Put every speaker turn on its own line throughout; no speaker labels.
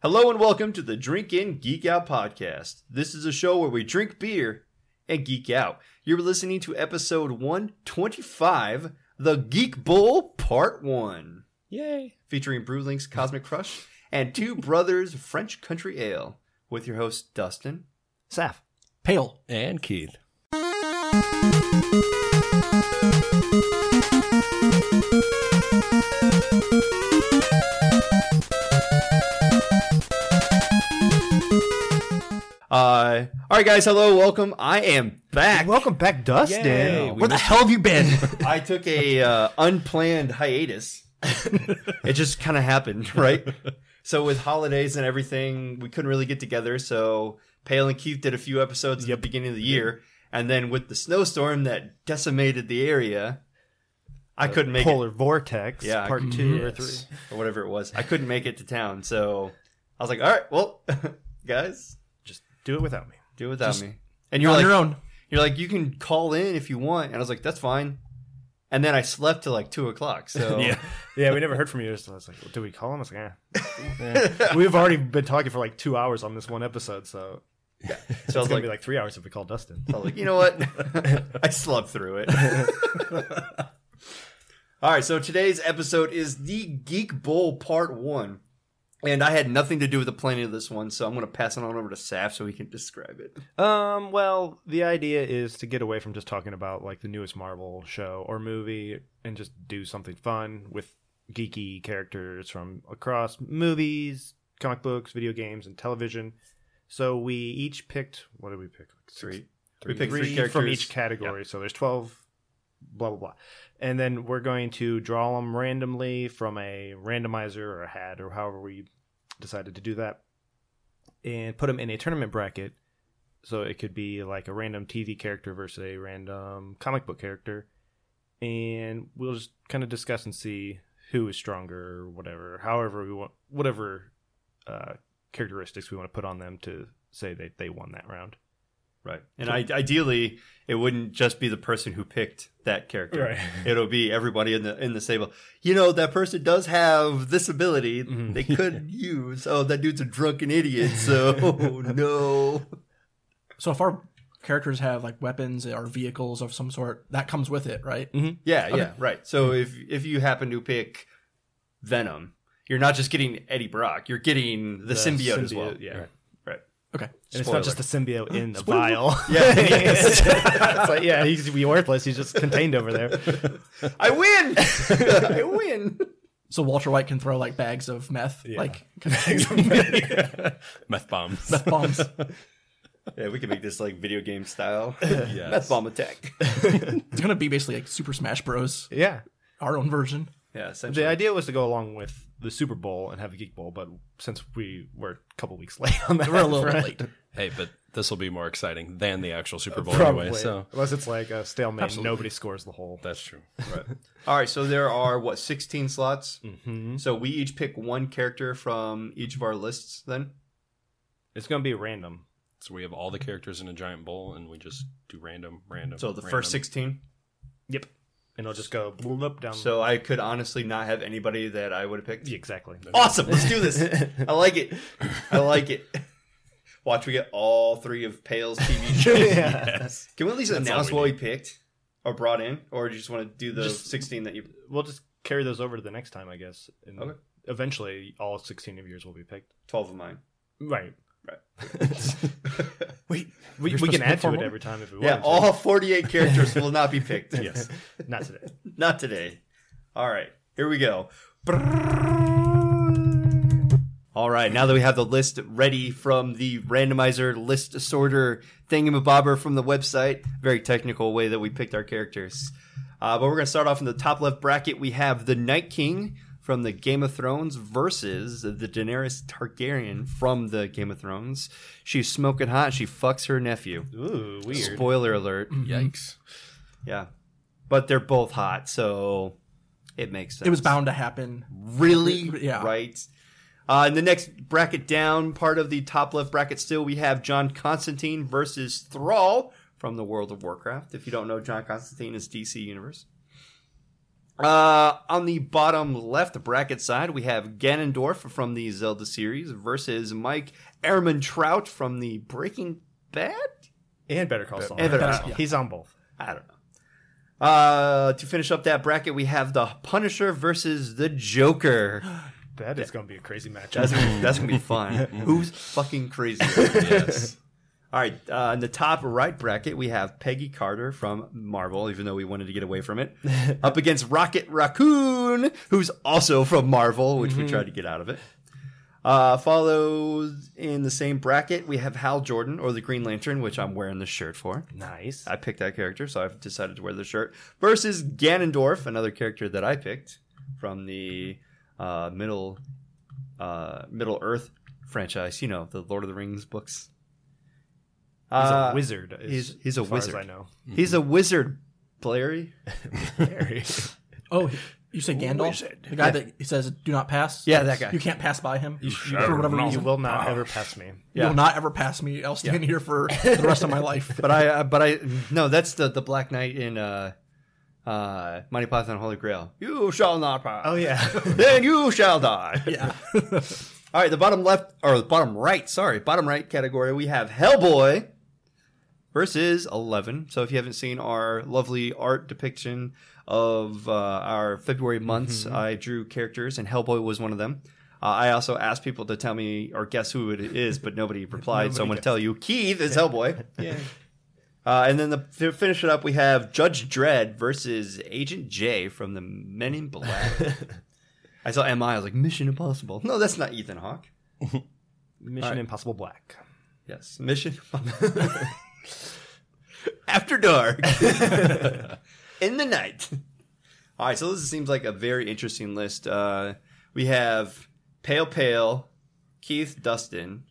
Hello and welcome to the Drink In Geek Out podcast. This is a show where we drink beer and geek out. You're listening to episode 125, The Geek Bowl Part 1,
Yay.
featuring Brewlink's Cosmic Crush and Two Brothers French Country Ale with your host Dustin.
Saf.
Pale. And Keith.
Uh, all right guys, hello, welcome. I am back.
Welcome back, Dustin.
Yay, we
Where the hell have you been?
I took a uh, unplanned hiatus. it just kind of happened, right? So with holidays and everything, we couldn't really get together. So Pale and Keith did a few episodes at the beginning of the year, and then with the snowstorm that decimated the area, I
Uh,
couldn't make
Polar vortex,
Yeah, I
part
can-
two or
Yes.
three.
it or whatever it was. I couldn't make it to town, so I was like, "All right, well, guys,
Just do it without me.
do it without
Just
me." And you're
on
like,
your own.
"You're like, you can call in if you want," and I was like, "That's fine." And then I slept till like two o'clock. So
Yeah.
oh. Yeah, we never heard from you. So I was like, well, do we call him? I was like, eh. We've already been talking for like two hours on this one episode, so
so I
it's
was
going
like,
to be like three hours if we call Dustin.
I was like, you know what? I slept through it. All right, so today's episode is the Geek Bowl Part 1. And I had nothing to do with the planning of this one, so I'm going to pass it on over to Saf so he can describe it.
Um, well, the idea is to get away from just talking about like the newest Marvel show or movie and just do something fun with geeky characters from across movies, comic books, video games, and television. So we each picked what did we pick? Like six-
Three. We picked three characters.
from each category. So there's 12 blah blah blah. And then we're going to draw them randomly from a randomizer or a hat or however we decided to do that and put them in a tournament bracket. So it could be like a random TV character versus a random comic book character and we'll just kind of discuss and see who is stronger or whatever, however we want whatever uh characteristics we want to put on them to say that they won that round.
Right. And I, ideally, it wouldn't just be the person who picked that character.
Right.
It'll be everybody in the in the stable. You know, that person does have this ability
Mhm.
they could use. Oh, that dude's a drunken idiot, so no.
So if our characters have like weapons or vehicles of some sort, that comes with it, right?
Yeah, yeah, right. So if if you happen to pick Venom, you're not just getting Eddie Brock, you're getting the, symbiote, as well.
Yeah.
Right.
Right.
Okay.
And it's not just the symbiote in the vial.
Yeah.
it's like, yeah, he's be worthless. He's just contained over there.
I win. I win.
So Walter White can throw like bags of meth, like
Meth bombs.
meth bombs.
Yeah, we can make this like video game style.
Yes.
Meth bomb attack.
It's gonna be basically like Super Smash Bros.
Yeah.
Our own version.
Yeah, essentially.
The idea was to go along with the Super Bowl and have a Geek Bowl, but since we were a couple weeks late on that,
We're a little
front,
bit late.
Hey, but this will be more exciting than the actual Super Bowl
Probably.
anyway, so
Unless it's like a stalemate, nobody scores the whole.
that's true.
All right, so there are what 16 slots.
Mm-hmm.
So we each pick one character from each of our lists then.
It's going to be random.
So we have all the characters in a giant bowl and we just do random, random.
So the
random.
first 16.
Yep. And it'll just go bloop, bloop, down.
So I could honestly not have anybody that I would have picked.
Yeah, exactly.
Awesome. Let's do this. I like it. I like it. Watch, we get all three of Pale's TV shows.
Yes.
Can we at least
That's all
announce
we
what we picked or brought in? Or do you just want to do the
Just-
16 that you.
We'll just carry those over to the next time, I guess. And
Okay.
Eventually, all 16 of yours will be picked.
12 of mine.
Right. We,
Wait, You're
we can
supposed to
add
pick
to
four
it
more?
every time if we
Yeah,
want.
all 48 characters will not be picked.
Yes. Not today.
Not today. All right, here we go. All right, now that we have the list ready from the randomizer list sorter thingamabobber from the website, very technical way that we picked our characters. Uh, but we're going to start off in the top left bracket. We have the Night King from the Game of Thrones versus the Daenerys Targaryen from the Game of Thrones. She's smoking hot. She fucks her nephew.
Ooh, weird.
Spoiler alert.
Yikes.
Yeah. But they're both hot, so it makes sense.
It was bound to happen.
really
Yeah.
right. Uh, in the next bracket down, part of the top left bracket still, we have John Constantine versus Thrall from the World of Warcraft. If you don't know, John Constantine is DC Universe. Uh, on the bottom left bracket side, we have Ganondorf from the Zelda series versus Mike Ehrman Trout from the Breaking Bad.
And Better Call Saul.
And Better Call
Saul.
He's on both.
I don't know. Uh, to finish up that bracket, we have the Punisher versus the Joker.
That is going to be a crazy matchup.
That's gonna, that's gonna be fun. Who's fucking crazy?
Yes.
All right, uh, in the top right bracket, we have Peggy Carter from Marvel, even though we wanted to get away from it, up against Rocket Raccoon, who's also from Marvel, which we tried to get out of it. Uh, follows in the same bracket, we have Hal Jordan, or the Green Lantern, which I'm wearing this shirt for.
nice.
I picked that character, so I've decided to wear the shirt. Versus Ganondorf, another character that I picked from the uh, Middle uh, Middle Earth franchise. You know, the Lord of the Rings books.
He's
Uh,
a wizard. as-
he's- he's a
as far as
wizard.
I know.
He's a wizard, Blairy.
Very.
Oh, he- you say Gandalf, the guy that he says "Do not pass."
Yeah, that guy.
You can't pass by him for
shall
whatever
not.
you
reason.
will not ever pass me.
Yeah.
You'll not ever pass me. I'll stand here for the rest of my life.
But I, uh, but I, no, that's the the Black Knight in uh, uh, Monty Python and Holy Grail. You shall not pass.
Oh, yeah.
Then you shall die.
Yeah,
All right, the bottom left or the bottom right, sorry, bottom right category, we have Hellboy versus Eleven. So if you haven't seen our lovely art depiction of uh, our February months, I drew characters, and Hellboy was one of them. Uh, I also asked people to tell me or guess who it is, but nobody replied. so I'm going to tell you, Keith is Hellboy. yeah. Uh, and then the, to finish it up, we have Judge Dredd versus Agent J from the Men in Black. I saw MI. I was like, Mission Impossible. No, that's not Ethan Hawke.
Mission Impossible Black.
Yes, Mission After dark in the night. All right, so this seems like a very interesting list. Uh, we have Pale Pale, Keith Dustin,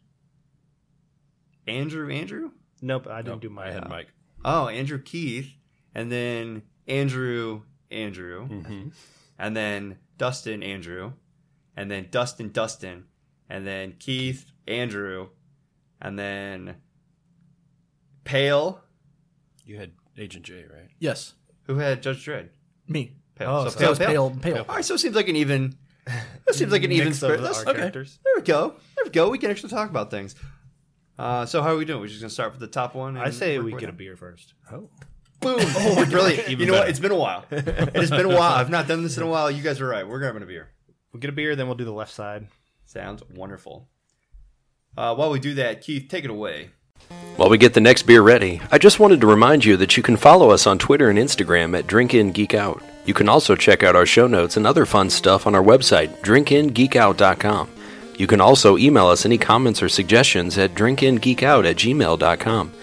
Andrew Andrew.
Nope, I didn't do
I
my.
had Mike.
Oh, Andrew Keith, and then Andrew Andrew, and then Dustin Andrew, and then Dustin Dustin, and then Keith Andrew, and then Pale.
You had Agent J, right?
yes,
Who had Judge Dredd?
me.
Pale.
Oh,
so
so
Pale,
That was
Pale.
pale, pale.
All right, so it seems like an even. That seems like an even
Mix of
split.
our
That's-
characters.
There we go. There we go. We can actually talk about things. Uh, so how are we doing? We're just gonna start with the top one.
I
and
say
work
we
our way
get a
down?
beer first.
Oh.
Boom! Oh, brilliant! you know what?
better.
It's been a while. It has been a while. I've not done this in a while. You guys are right. We're grabbing a beer.
We'll get a beer, then we'll do the left side.
Sounds wonderful. Uh, while we do that, Keith, take it away.
While we get the next beer ready, I just wanted to remind you that you can follow us on Twitter and Instagram at DrinkInGeekOut. You can also check out our show notes and other fun stuff on our website, drinkingeekout.com. You can also email us any comments or suggestions at drinkingeekout at gmail.com.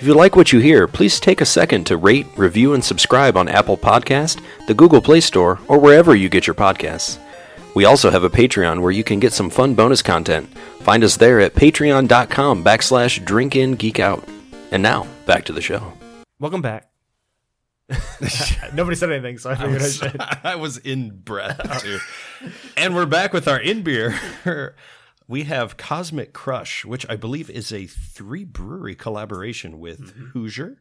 If you like what you hear, please take a second to rate, review, and subscribe on Apple Podcast, the Google Play Store, or wherever you get your podcasts. We also have a Patreon where you can get some fun bonus content. Find us there at patreon.com backslash drinkingeekout. And now, back to the show.
Welcome back. Nobody said anything, so I figured I should.
I was in breath too. and we're back with our in beer. we have Cosmic Crush, which I believe is a three brewery collaboration with Hoosier,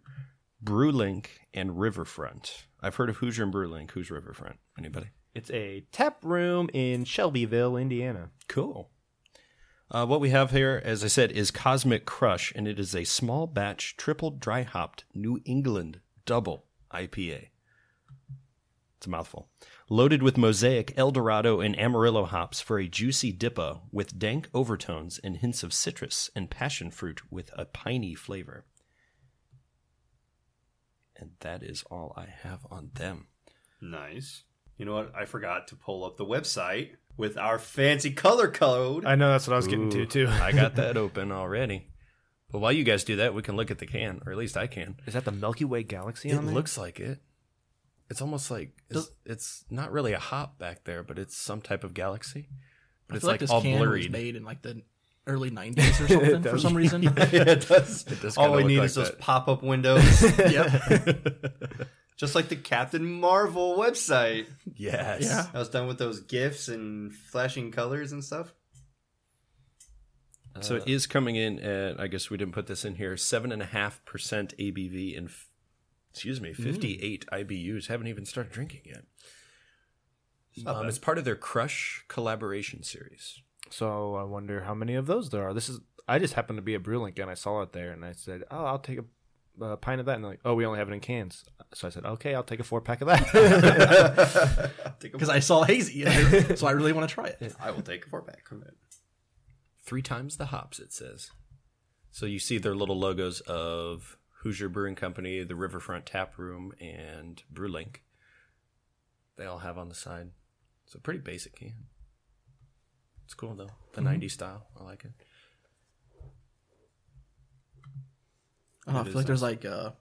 Brewlink, and Riverfront. I've heard of Hoosier and Brewlink. Who's Riverfront? Anybody?
It's a tap room in Shelbyville, Indiana.
Cool. Uh, what we have here, as I said, is Cosmic Crush, and it is a small batch, triple dry hopped New England double IPA. It's a mouthful. Loaded with mosaic, Eldorado, and Amarillo hops for a juicy dipper with dank overtones and hints of citrus and passion fruit with a piney flavor. And that is all I have on them.
Nice. You know what? I forgot to pull up the website with our fancy color code.
I know that's what I was getting to
Ooh,
too.
I got that open already. But while you guys do that, we can look at the can, or at least I can.
Is that the Milky Way galaxy?
it looks like it. It's almost like it's, it's not really a hop back there, but it's some type of galaxy. But
I
it's
feel like,
like,
this
all
can was
blurred.
made in like the early '90s or something for some reason.
Yeah, it does.
does
All
kinda
we
look
need
like
is those
that.
pop up windows,
yep.
just like the Captain Marvel website.
Yes.
Yeah.
I was done with those gifs and flashing colors and stuff.
So it is coming in at I guess we didn't put this in here seven and a half percent
Mm.
ABV and f- excuse me fifty eight IBUs. Haven't even started drinking yet. Um, it's part of their Crush collaboration series.
So I wonder how many of those there are. This is I just happened to be at Brewlink and I saw it there and I said, "Oh, I'll take a uh, pint of that." And they're like, "Oh, we only have it in cans." So I said, "Okay, I'll take a four pack of that."
because I saw hazy, and I- so I really want to try it.
I will take a four pack from it.
Three times the hops, it says. So you see their little logos of Hoosier Brewing Company, the Riverfront Tap Room, and Brewlink. They all have on the side. It's a pretty basic can. It's cool though. The 90s style. I like it.
Oh, I don't know. I feel like there's like uh,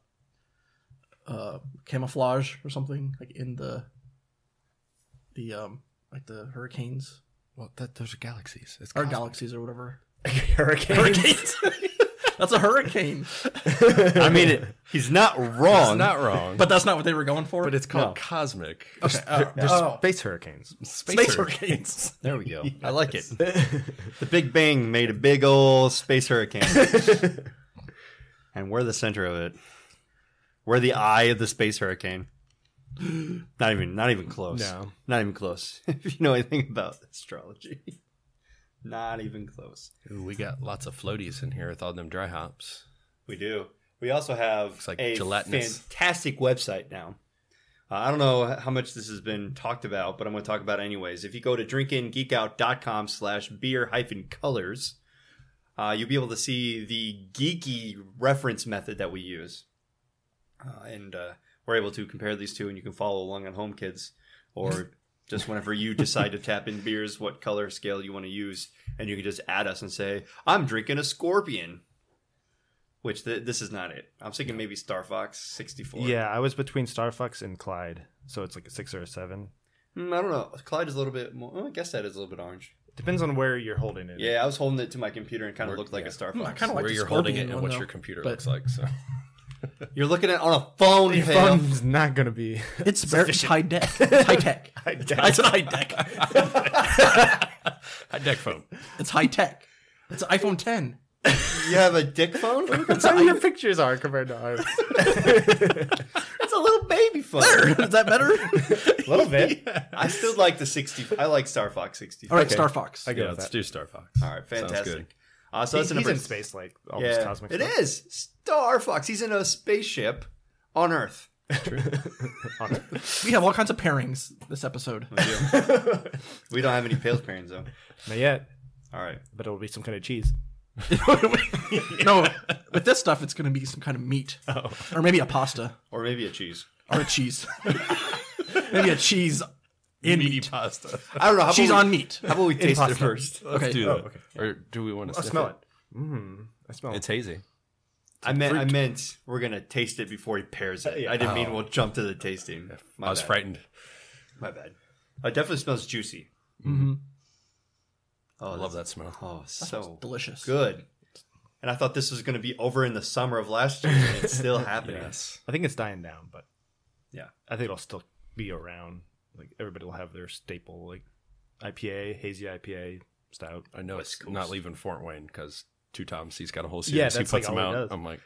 uh, camouflage or something like in the the um like the hurricanes
Well, that those are galaxies. It's
or galaxies or whatever. Hurricanes. that's a hurricane,
I mean, it, he's not wrong.
not wrong.
but that's not what they were going for.
Oh, but it's called cosmic.
There's space hurricanes.
space,
space
hurricane.
hurricanes.
There we go. I like it. the Big Bang made a big old space hurricane. and we're the center of it. We're the eye of the space hurricane. Not even not even close.
No.
Not even close. if you know anything about astrology. Not even close.
Ooh, we got lots of floaties in here with all them dry hops.
We do. We also have
Looks like
a
gelatinous.
fantastic website now. Uh, I don't know how much this has been talked about, but I'm going to talk about it anyways. If you go to drinkingeekout.com slash beer hyphen colors, uh, you'll be able to see the geeky reference method that we use. Uh, and uh, we're able to compare these two, and you can follow along on Home Kids or just whenever you decide to tap in beers, what color scale you want to use. And you can just add us and say, I'm drinking a scorpion. Which th- this is not it. I'm thinking maybe Star Fox 64.
Yeah, I was between Star Fox and Clyde, so it's like a six or a seven.
Mm, I don't know. Clyde is a little bit more. well, I guess that is a little bit orange.
Depends on where you're holding it.
Yeah, I was holding it to my computer and kind of looked like a Star
Hmm,
Fox.
I kind of like
Where
the
you're holding it
scorpion
and
one,
what
though.
your computer
But-
looks like. So
You're looking at on a phone.
Your
Hale.
phone's not gonna be.
It's very it's high deck. It's high tech. It's high deck.
I deck phone.
It's high tech. It's an iPhone 10.
You have a dick phone. it's
Some of your pictures are compared to ours.
a little baby phone.
Is that better?
a little bit.
I still like the 60. I like Star Fox 64.
All right, Star Fox.
I go
Yeah,
with
let's
that.
do Star Fox.
All right, fantastic.
good.
Uh, so that's
He's
the number
in space, like all this
Yeah,
cosmic
it
stuff.
is Star Fox. He's in a spaceship on Earth.
We have all kinds of pairings this episode.
We don't have any pale parents though.
Not yet,
All right.
but it'll be some kind of cheese.
no, with this stuff, it's going to be some kind of meat,
Oh.
or maybe a pasta,
Or maybe a cheese.
or a cheese, maybe a cheese in meat.
pasta.
I don't know. How
Cheese
about we-
on meat.
How about we taste it first?
Let's
Okay.
do
Oh,
that.
okay.
Or do we want to
I smell it. Mm, I smell
It's
it.
hazy.
I meant, I meant we're gonna taste it before he pairs it. I didn't
Oh.
mean we'll jump to the tasting. My
I was
bad.
frightened.
My bad. It definitely smells juicy. Mm-hmm. Oh,
I love that smell.
Oh, so
Delicious.
good. And I thought this was gonna be over in the summer of last year, and it's still happening.
I think it's dying down, but
Yeah.
I think it'll still be around. Like everybody will have their staple, like IPA, hazy IPA, stout.
I know it's not leaving Fort Wayne because Two Toms, he's got a whole series.
Yeah,
he
that's
puts
like
them
all he
out.
does.
I'm like,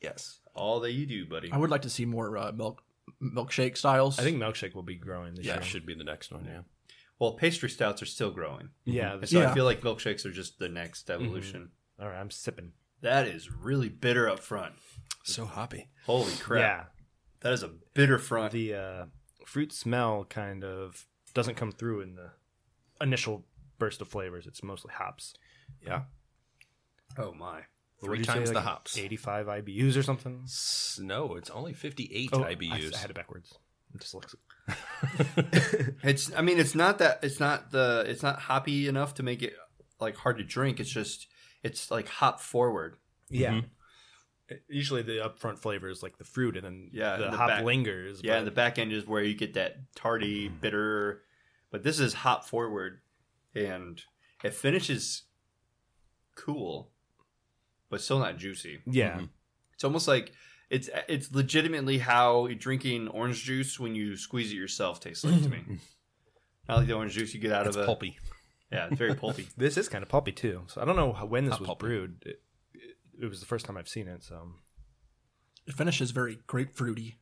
yes.
All that you do, buddy.
I would like to see more uh, milk milkshake styles.
I think milkshake will be growing this
Yeah,
year.
it should be the next one. Yeah.
Well, pastry stouts are still growing,
Yeah, this-
so I
Yeah. Mm-hmm.
feel like milkshakes are just the next evolution.
All right, I'm sipping.
That is really bitter up front.
So hoppy.
Holy crap! That is a bitter front.
Yeah, the uh, fruit smell kind of doesn't come through in the initial burst of flavors. It's mostly hops.
Yeah.
Oh my!
What
Three
did you say,
times
like
the hops.
Eighty-five IBUs or something.
S- No, it's only 58
Oh, I-
IBUs.
I, had it backwards. It just looks.
It's. I mean, it's not that. It's not the. It's not hoppy enough to make it like hard to drink. It's just. It's like hop forward.
Yeah. Uh, Usually the upfront flavor is like the fruit, and then
Mm-hmm. Yeah,
the,
and the
hop
back-
lingers.
Yeah,
but-
and the back end is where you get that tardy,
Mm-hmm.
bitter, but this is hop forward, and it finishes cool, but still not juicy.
yeah.
Mm-hmm.
It's almost like it's it's legitimately how drinking orange juice when you squeeze it yourself tastes like to me. Not like the orange juice you get out
It's
of a
pulpy.
yeah, it's very pulpy.
This is kind of pulpy too. So I don't know how, when this
Not
was
pulpy.
brewed. It,
Mm-hmm.
it, it was the first time I've seen it. So
it finishes very grapefruity.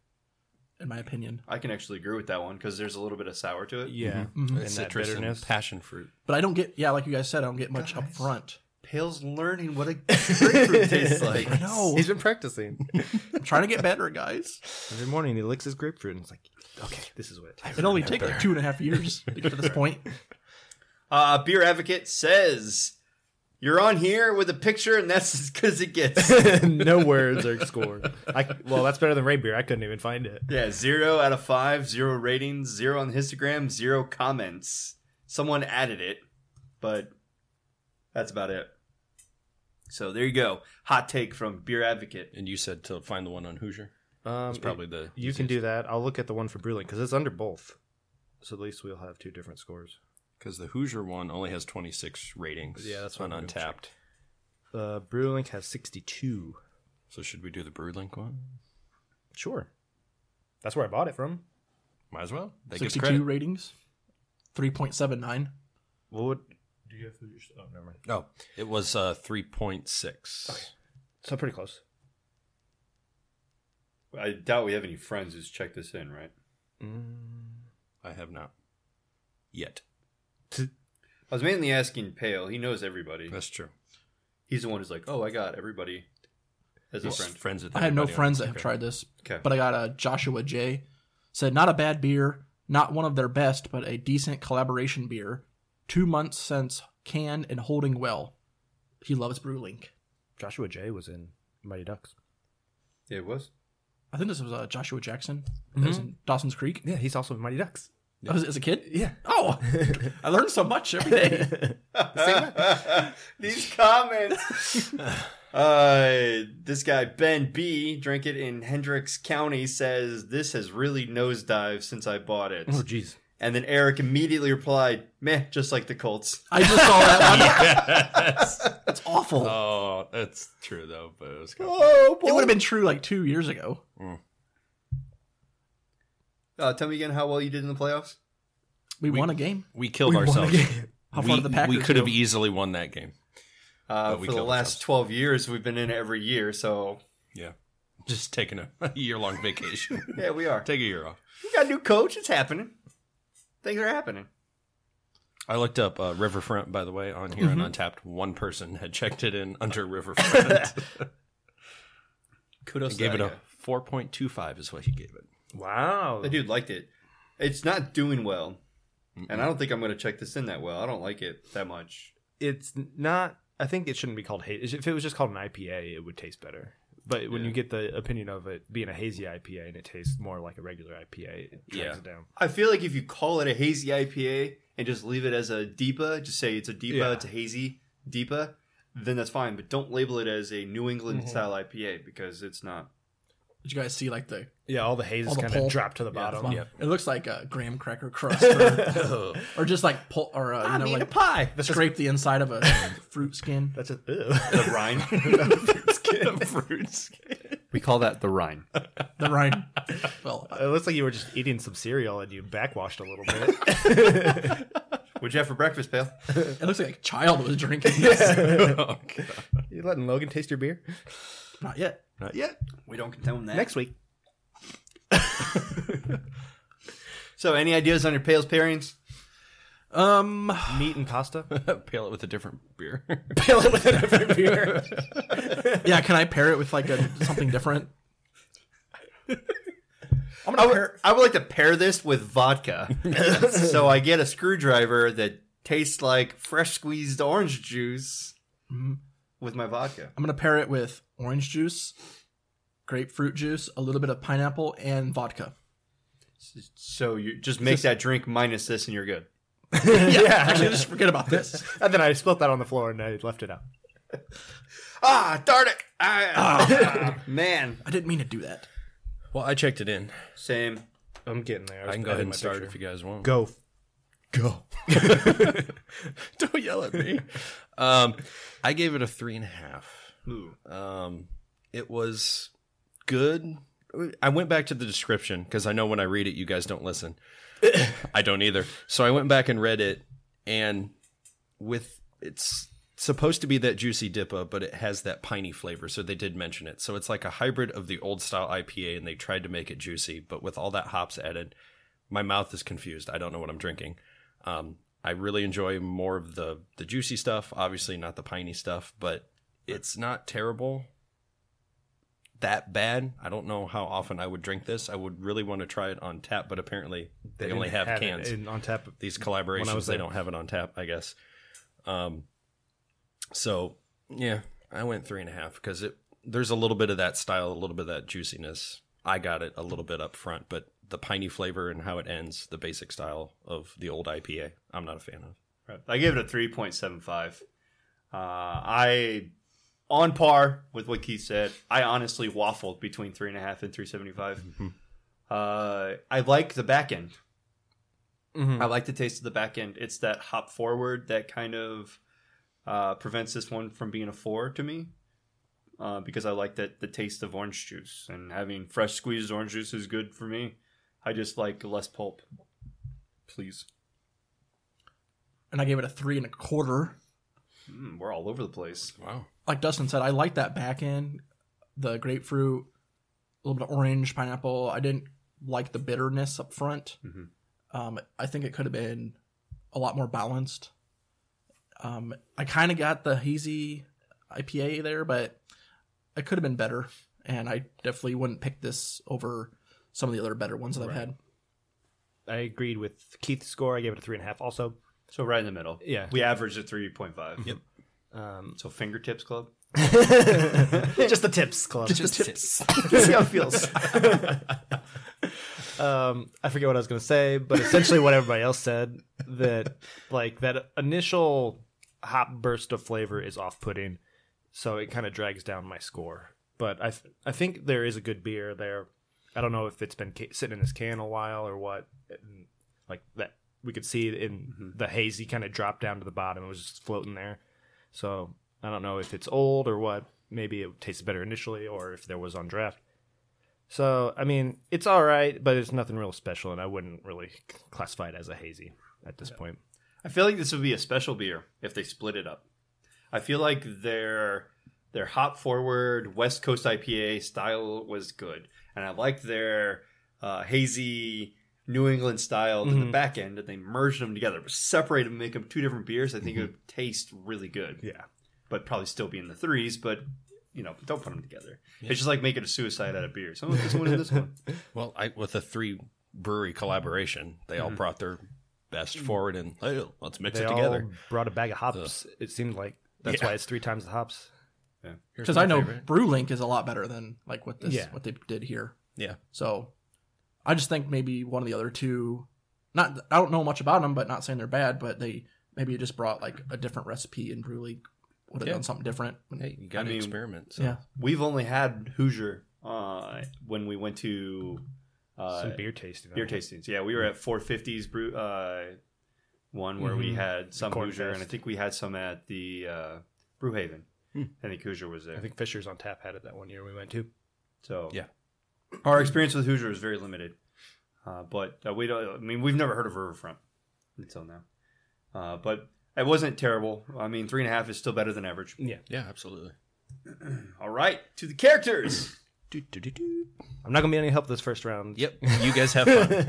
in my opinion.
I can actually agree with that one because there's a little bit of sour to it.
Yeah. And that
Citrus and
bitterness.
passion fruit.
But I don't get, yeah, like you guys said, I don't get much up front.
Pale's learning what a grapefruit tastes like.
I know.
He's been practicing.
I'm trying to get better, guys.
Every morning he licks his grapefruit and it's like, okay, this is what
It only takes like two and a half years to get to this point.
Uh, Beer Advocate says, "You're on here with a picture, and that's as good as it gets."
it No words are scored. I, well, that's better than Ray Beer. I couldn't even find it.
yeah, zero out of five, zero ratings, zero on Instagram, zero comments. Someone added it, but that's about it. So there you go. Hot take from Beer Advocate.
And you said to find the one on Hoosier.
Um,
It's probably the
You can do that. I'll look at the one for Brewling because it's under both. So at least we'll have two different scores.
because the Hoosier one only has 26 ratings.
Yeah, that's
on
what I'm gonna
Untapped.
Uh, Brewlink has 62.
So should we do the Broodlink one?
Sure. That's where I bought it from.
Might as well. They give
62
credit.
ratings, 3.79.
What would. Do you have who you're. Oh, never mind.
oh, it was uh, 3.6.
So pretty close.
I doubt we have any friends who's checked this in, right?
I have not yet.
I was mainly asking Pale. He knows everybody.
That's true.
He's the one who's like, "Oh, I got everybody as a
He's
friend."
friends with
I have no
everybody on
friends that have
Instagram.
tried this,
Okay.
but I got a Joshua J. Said, not a bad beer, not one of their best, but a decent collaboration beer. Two months since canned and holding well. He loves Brewlink.
Joshua J was in Mighty Ducks.
Yeah, it was.
I think this was uh, Joshua Jackson. That was in Dawson's Creek.
Yeah, he's also in Mighty Ducks.
I was- as a kid?
Yeah.
Oh, I learned so much every day.
These comments. uh, this guy Ben B, drink it in Hendricks County, says this has really nosedived since I bought it.
Oh, jeez.
And then Eric immediately replied, "Meh, just like the Colts."
I just saw that one. That's awful.
Oh, that's true though, but it was kind of
Oh
it would have been true like two years ago.
Uh, tell me again how well you did in the playoffs.
We, won a game.
we killed ourselves.
How
we,
far did the Packers
we e- could have
go?
easily won that game.
Uh,
we
for the
killed
last
ourselves.
twelve years, we've been in every year, so
Yeah, just taking a, a year long vacation.
yeah, we are.
Take a year off.
We got a new coach. It's happening. Things are happening.
I looked up uh, Riverfront, by the way, on
Mm-hmm.
here on Untapped. One person had checked it in under Riverfront.
Kudos.
gave
to
it
that
a
guy.
4.25 is what he gave it.
Wow.
The dude liked it. It's not doing well. And I don't think I'm going to check this in that well. I don't like it that much.
It's not. I think it shouldn't be called haze. If it was just called an IPA, it would taste better. But when you get the opinion of it being a hazy IPA and it tastes more like a regular IPA, it drags
Yeah.
it down.
I feel like if you call it a hazy IPA and just leave it as a DIPA, just say it's a DIPA,
Yeah.
it's a hazy DIPA, then that's fine. But don't label it as a New England
Mm-hmm.
style IPA because it's not.
Did you guys see like the?
Yeah, all the haze
All
is
the
kind of
pulp.
dropped to the
yeah, the
bottom.
bun.
yeah.
It looks like a graham cracker crust, or, or just like pull, or uh, you know, like
pie.
scrape the inside of a fruit skin.
That's just ew.
The Rhine. we call that the Rhine.
The rind. Well,
it looks like you were just eating some cereal and you backwashed a little bit.
What'd you have for breakfast, Pale?
it looks like a child was drinking. this.
you letting Logan taste your beer?
Not yet.
Not yet.
We don't condone that.
Next week.
So, any ideas on your Pale's pairings?
Um,
Meat and pasta?
Pale it with a different beer.
Pale it with a different beer.
yeah. Can I pair it with like a something different? I'm gonna pair.
I would like to pair this with vodka. so I get a screwdriver that tastes like fresh squeezed orange juice
Mm-hmm.
with my vodka.
I'm gonna pair it with orange juice, grapefruit juice, a little bit of pineapple, and vodka.
So you just make that drink minus this and you're good.
Yeah, actually, just forget about this.
and then I spilt that on the floor and I left it out.
Ah, darn it. Ah, man.
I didn't mean to do that.
well, I checked it in.
Same.
I'm getting there.
I
was
can go ahead
adding
and
my
start
picture.
if you guys want.
Go. Go.
Don't yell at me. um, I gave it a three and a half. Um, it was good. I went back to the description because I know when I read it, you guys don't listen. I don't either. So I went back and read it, and with it's supposed to be that juicy DIPA, but it has that piney flavor. So they did mention it. So it's like a hybrid of the old style IPA, and they tried to make it juicy, but with all that hops added, my mouth is confused. I don't know what I'm drinking. Um, I really enjoy more of the the juicy stuff. Obviously, not the piney stuff, but it's not terrible. That bad. I don't know how often I would drink this. I would really want to try it on tap, but apparently they,
They
only
didn't
have,
it
cans
in- on tap.
these collaborations
When I was
they
there.
don't have it on tap i guess um so yeah i went three and a half because it there's a little bit of that style a little bit of that juiciness i got it a little bit up front but the piney flavor and how it ends the basic style of the old ipa i'm not a fan of
Right. I gave it a 3.75. Uh, I, on par with what Keith said, I honestly waffled between 3.5 and 375. Uh, I like the back end.
Mm-hmm.
I like the taste of the back end. It's that hop forward that kind of uh, prevents this one from being a four to me. Uh, because I like that the taste of orange juice and having fresh squeezed orange juice is good for me. I just like less pulp. Please.
and I gave it a three and a quarter.
Mm, we're all over the place.
wow
Like Dustin said, I like that back end, the grapefruit, a little bit of orange, pineapple. I didn't like the bitterness up front.
Mhm.
Um, I think it could have been a lot more balanced. Um, I kind of got the hazy IPA there, but it could have been better. And I definitely wouldn't pick this over some of the other better ones that I've had.
I agreed with Keith's score. I gave it a three and a half. Also,
So right in the middle.
Yeah.
We averaged a 3.5. Yep.
um,
So fingertips club.
just the tips club.
Just the tips.
See how it feels.
um, I forget what I was going to say, but essentially what everybody else said that like that initial hop burst of flavor is off-putting, so it kind of drags down my score. But I th- I think there is a good beer there. I don't know if it's been ca- sitting in this can a while or what. and, like that we could see it in
Mm-hmm.
the hazy kind of drop down to the bottom. It was just floating there. So I don't know if it's old or what. Maybe it tasted better initially, or if there was on draft. So I mean, it's all right, but it's nothing real special, and I wouldn't really c- classify it as a hazy at this point.
I feel like this would be a special beer if they split it up. I feel like their their hop forward West Coast IPA style was good, and I liked their uh, hazy New England style in the back end, and they merged them together, but separate them, make them two different beers. I think it would taste really good,
Yeah,
but probably still be in the threes. But you know, don't put them together. It's just like making a suicide out of beer. Some of this one and this one.
well i with a three brewery collaboration they all brought their best forward and "Hey, let's mix
Mm-hmm. they
it together
all brought a bag of hops. It seemed like that's why it's three times the hops.
Because I know Brewlink is a lot better than like what this
Yeah.
what they did here.
yeah
So I just think maybe one of the other two, not I don't know much about them, but not saying they're bad, but they maybe just brought like a different recipe and Brewley would have
Yeah.
done something different.
hey you gotta
mean,
experiment so.
Yeah,
We've only had Hoosier uh, when we went to uh,
Some beer tasting.
beer tastings. Yeah, we were at 450s brew uh, one where we
Mhm.
had some
Corn
Hoosier, and I
Fest. Hmm.
think we had some at the uh, Brewhaven. I think Hoosier was there.
I think Fisher's on tap had it that one year we went to.
so
Yeah.
our experience with Hoosier is very limited, uh, but uh, we don't. I mean, we've never heard of Riverfront until now, uh, but. It wasn't terrible. I mean, three and a half is still better than average.
yeah absolutely
All right, to the characters.
I'm not gonna be any help this first round.
Yep. You guys have fun.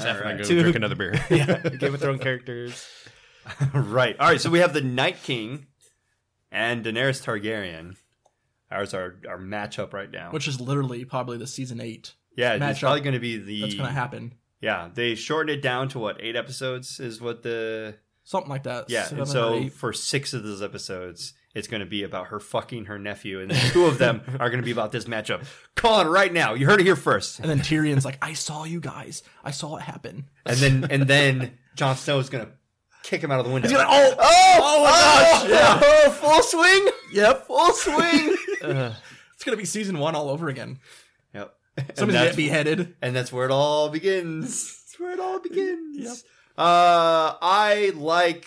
Zeph and I go
Two-
drink another beer.
yeah, Game of Thrones characters.
right. All right. So we have the Night King and Daenerys Targaryen. Ours our our matchup right now.
which is literally probably the season eight
yeah, it's
matchup
probably going to be the
that's going to happen,
Yeah, they shortened it down to what eight episodes is what the
something like that.
yeah.
Seven
and
or
so
eight.
for six of those episodes, it's going to be about her fucking her nephew, and then two of them are going to be about this matchup. Call it right now. You heard it here first.
and then Tyrion's like, "I saw you guys. I saw it happen."
And then and then Jon Snow is going to kick him out of the window.
oh,
oh, yeah.
oh, full swing. Yep, full swing. it's going to be season one all over again.
Yep. And
Somebody's going to
that's-
get beheaded.
and that's where it all begins. That's where it all begins. Uh, I like,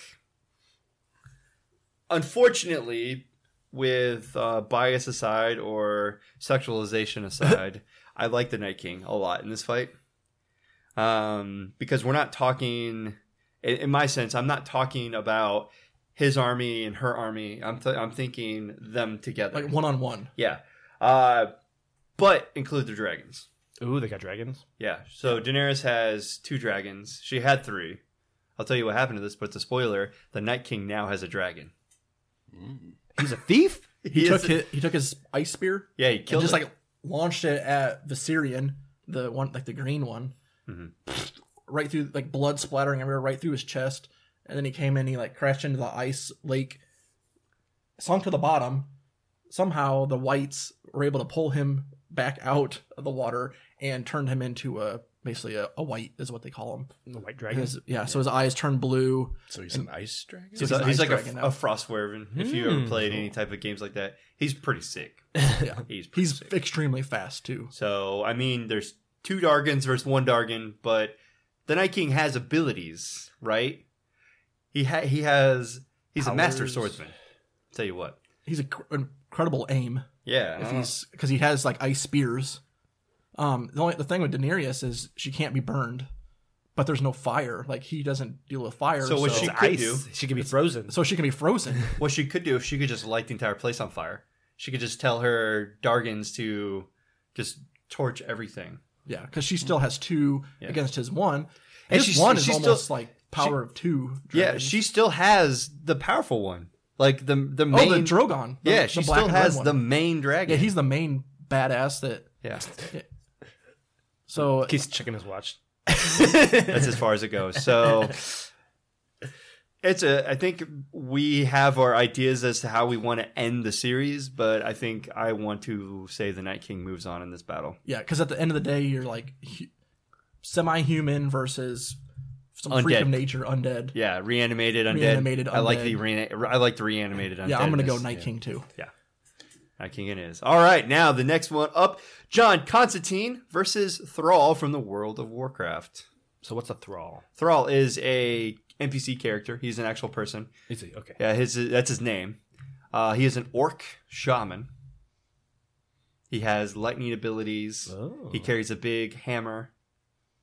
unfortunately, with uh, bias aside or sexualization aside, I like the Night King a lot in this fight. Um, because we're not talking, in, in my sense, I'm not talking about his army and her army. I'm th- I'm thinking them together.
like one on one.
yeah. Uh, but include the dragons.
Ooh, they got dragons.
Yeah. So Daenerys has two dragons. She had three. I'll tell you what happened to this, but it's a spoiler. The Night King now has a dragon.
Mm.
He's a thief.
He, took
is-
his, he took his ice spear
Yeah, he
and
killed
just
it.
like launched it at Viserion, the one like the green one,
Mhm.
right through like blood splattering everywhere, right through his chest. And then he came in, he like crashed into the ice lake, sunk to the bottom. Somehow the whites were able to pull him back out of the water and turned him into a basically a, a white is what they call him.
The white
And
dragon.
his- yeah, so his eyes turned blue.
So he's an ice dragon.
he's,
he's an
a- he's
ice
like a,
dragon now.
a frostwerven. If you ever played any type of games like that, he's pretty sick.
yeah,
He's pretty
he's
sick.
extremely fast too.
So I mean, there's two Dargans versus one Dargan, but the Night King has abilities, right? He ha- he has he's a master
Powers.
swordsman. tell you what,
He's an incredible aim.
yeah,
if
uh,
he's because he has like ice spears. Um, the only the thing with Daenerys is she can't be burned, but there's no fire. Like he doesn't deal with fire,
So
so
what
so,
It's
she-
she,
could do-
She could be frozen.
can be frozen.
what she could do if she could just light the entire place on fire. She could just tell her Dargans to just torch everything.
yeah, because she still has two
Yeah.
against his one.
And
His
she's-
one is
she's
almost
still-
like power of two.
Yeah,
dragons.
she still has the powerful one, like the the main.
oh the Drogon. the-
yeah,
the
she
black
still
and red
has
one.
the main dragon.
yeah. He's the main badass that.
yeah.
So
He's checking his watch.
That's as far as it goes. So it's a. I think we have our ideas as to how we want to end the series, but I think I want to say the Night King moves on in this battle.
yeah, because at the end of the day, you're like hu- semi-human versus some freak
Undead.
of nature, undead.
Yeah, reanimated undead.
Reanimated
I like
undead.
the reana- I like the reanimated undead.
Yeah, I'm gonna go Night King too.
Night King it is. All right, now the next one up: John Constantine versus Thrall from the World of Warcraft.
So what's a thrall?
Thrall is a NPC character. He's an actual person.
Is he okay?
Yeah, his that's his name. Uh, he is an orc shaman. He has lightning abilities.
Oh.
He carries a big hammer.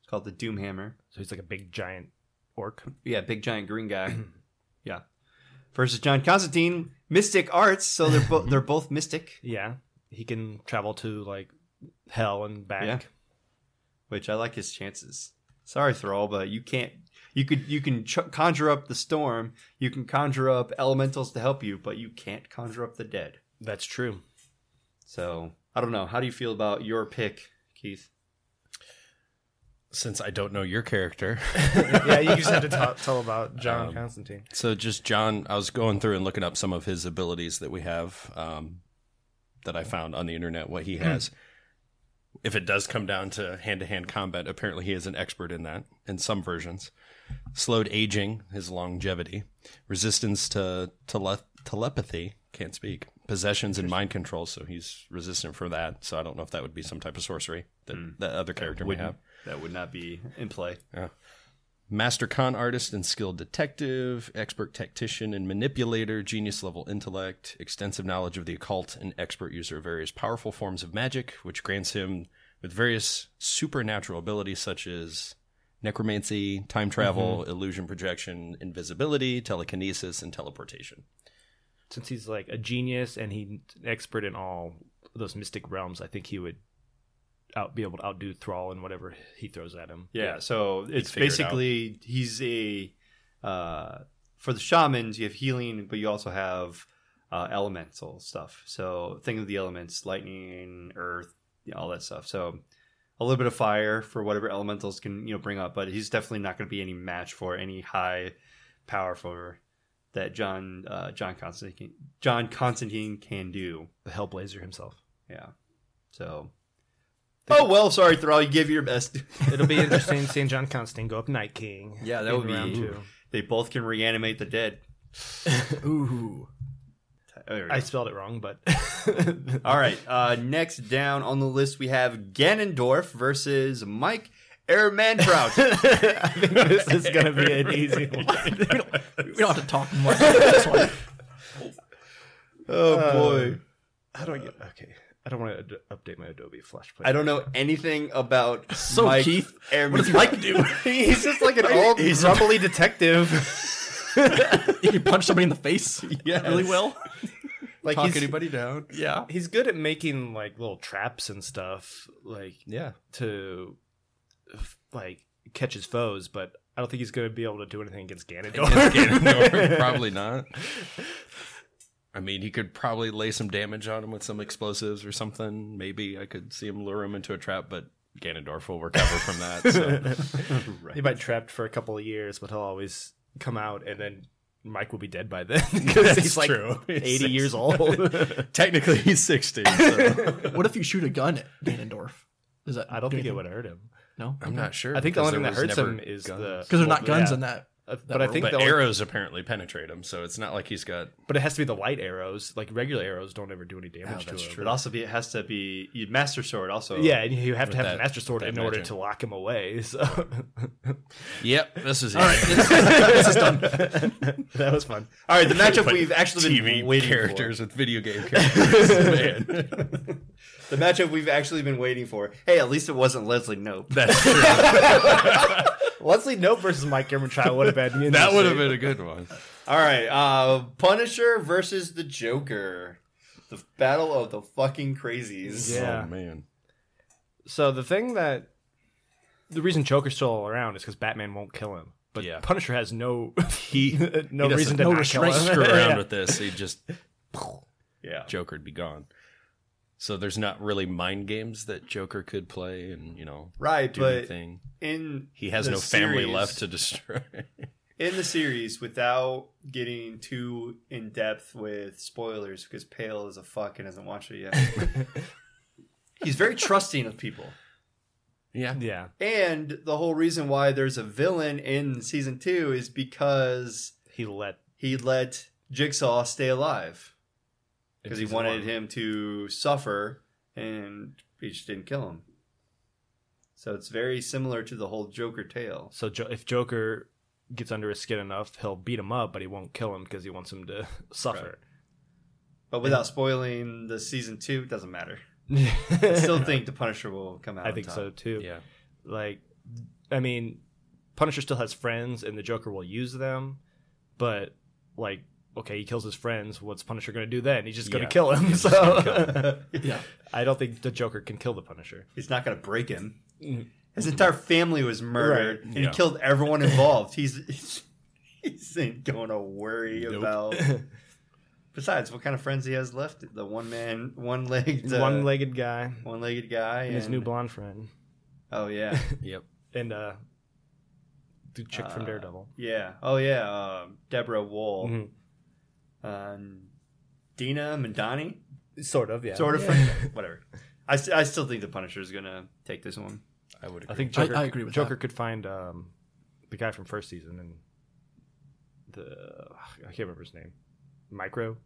It's called the Doom Hammer.
So he's like a big giant orc.
Yeah, big giant green guy. yeah. Versus John Constantine, Mystic Arts. So they're both they're both mystic,
Yeah, he can travel to like hell and back.
Yeah. which I like his chances. Sorry, Thrall, but you can't. You could you can ch- conjure up the storm. You can conjure up elementals to help you, but you can't conjure up the dead.
That's true.
So I don't know. How do you feel about your pick, Keith?
Since I don't know your character,
yeah, you just have to tell, tell about John Constantine.
so just John, I was going through and looking up some of his abilities that we have um, that I found on the internet. What he has, if it does come down to hand to hand combat, apparently he is an expert in that in some versions. Slowed aging, his longevity, resistance to tele- telepathy, can't speak, possessions and mind control. So he's resistant for that. So I don't know if that would be some type of sorcery that that other character would have.
That would not be in play.
Master con artist and skilled detective, expert tactician and manipulator, genius level intellect, extensive knowledge of the occult, and expert user of various powerful forms of magic, which grants him with various supernatural abilities such as necromancy, time travel, illusion projection, invisibility, telekinesis, and teleportation.
Since he's like a genius and he's an expert in all those mystic realms, I think he would out be able to outdo Thrall in whatever he throws at him.
Yeah, so it's
figure it out.
basically he's a uh, for the shamans you have healing, but you also have uh, elemental stuff. So think of the elements: lightning, earth, you know, all that stuff. So a little bit of fire for whatever elementals can you know bring up, but he's definitely not going to be any match for any high power for that John uh, John Constantine John Constantine can do.
the Hellblazer himself.
Yeah, so. Oh well, sorry, Thrall. You give your best.
It'll be interesting seeing John Constantine go up Night King.
Yeah, that
in
would be-
round two.
They both can reanimate the dead.
Ooh.
Oh, there we
I
go.
spelled it wrong, but
All right. Uh, next down on the list, we have Ganondorf versus Mike Airmanprout.
this is gonna be an easy one.
We don't have to talk much about this one.
oh,
Uh,
boy.
How do I get? Okay, I don't want to update my Adobe Flash Player.
I don't know anything about
So,
Mike
Keith,
Airman. What does Mike do? He's just like an old
He's a detective.
He can punch somebody in the face really
Yes.
well.
Like
talk
he's,
anybody down.
Yeah.
he's good at making like little traps and stuff, like
Yeah.
to f- like catch his foes, but I don't think he's going to be able to do anything against Ganondorf.
Ganondorf, probably not. I mean, he could probably lay some damage on him with some explosives or something. Maybe I could see him lure him into a trap, but Ganondorf will recover from that. So.
He might be trapped for a couple of years, but he'll always come out, and then Mike will be dead by then because he's like
true. He's
eighty
six-
years old.
Technically, he's 60. So.
What if you shoot a gun at Ganondorf? Does that
I don't
do
think it
anything?
would hurt him.
No.
I'm not sure.
I think the
because
only thing
there
that
was
hurts
never
him is
guns.
the
Because they're not guns
yeah.
in that.
Uh, but I think
But
the only-
arrows apparently penetrate him, so it's not like he's got.
but it has to be the light arrows. Like regular arrows don't ever do any damage to him.
It also be, it has to be you master sword. Also,
Yeah, and you have to have
that-
the master sword
that
in order
magic.
to lock him away. So
Yep, this is it.
All right. This,
that was fun.
All right, the matchup we've actually been
TV
waiting
characters with video game characters. Man,
for. The matchup we've actually been waiting for. Hey, at least it wasn't Leslie Nope.
that's true.
Leslie Nope versus Mike Emerchild would have been
That would have been a good one.
All right, uh, Punisher versus the Joker. The battle of the fucking crazies.
Yeah.
Oh man.
So the thing that the reason Joker's still around is because Batman won't kill him, but
Yeah.
Punisher has no
He
no
doesn't-
reason to
no
not kill
restraint.
screw
him.
around
Yeah.
with this. He'd just
Yeah.
Joker'd be gone. So there's not really mind games that Joker could play, and you know,
Right,
do
but
anything.
in
He has
the
no family
series-
left to destroy.
in the series without getting too in depth with spoilers because Pale is a fuck and hasn't watched it yet. He's very trusting of people.
yeah,
Yeah,
And the whole reason why there's a villain in season two is because
he let
he let Jigsaw stay alive because he
Season
wanted
one.
him to suffer and he just didn't kill him. So it's very similar to the whole Joker tale.
So jo- if Joker gets under his skin enough, he'll beat him up, but he won't kill him because he wants him to suffer.
But without spoiling the season two, it doesn't matter. I still think the Punisher will come out.
I
on
think
top.
so too.
yeah.
Like, I mean, Punisher still has friends, and the Joker will use them, but like, okay, he kills his friends. What's Punisher going to do then? He's just going to
Yeah.
kill him. So
yeah.
I don't think the Joker can kill the Punisher.
He's not going to break him. His entire family was murdered, and he
Yeah.
killed everyone involved. He's he's, he's ain't going to worry about. Besides, what kind of friends he has left? The one man, one legged, uh,
One-legged guy and,
one legged guy, and
his new blonde friend,
Oh yeah,
Yep.
and uh, the chick from
Uh,
Daredevil.
yeah. Oh yeah, uh, Deborah Wool,
Mhm.
um, Dina Mandani,
Sort of, yeah.
sort of. friend- Whatever. I, st- I still think the Punisher is gonna take this one.
I would. Agree.
I think
I-
Joker,
I
could-
agree with
Joker
that.
could find um, the guy from first season and the I can't remember his name, Micro,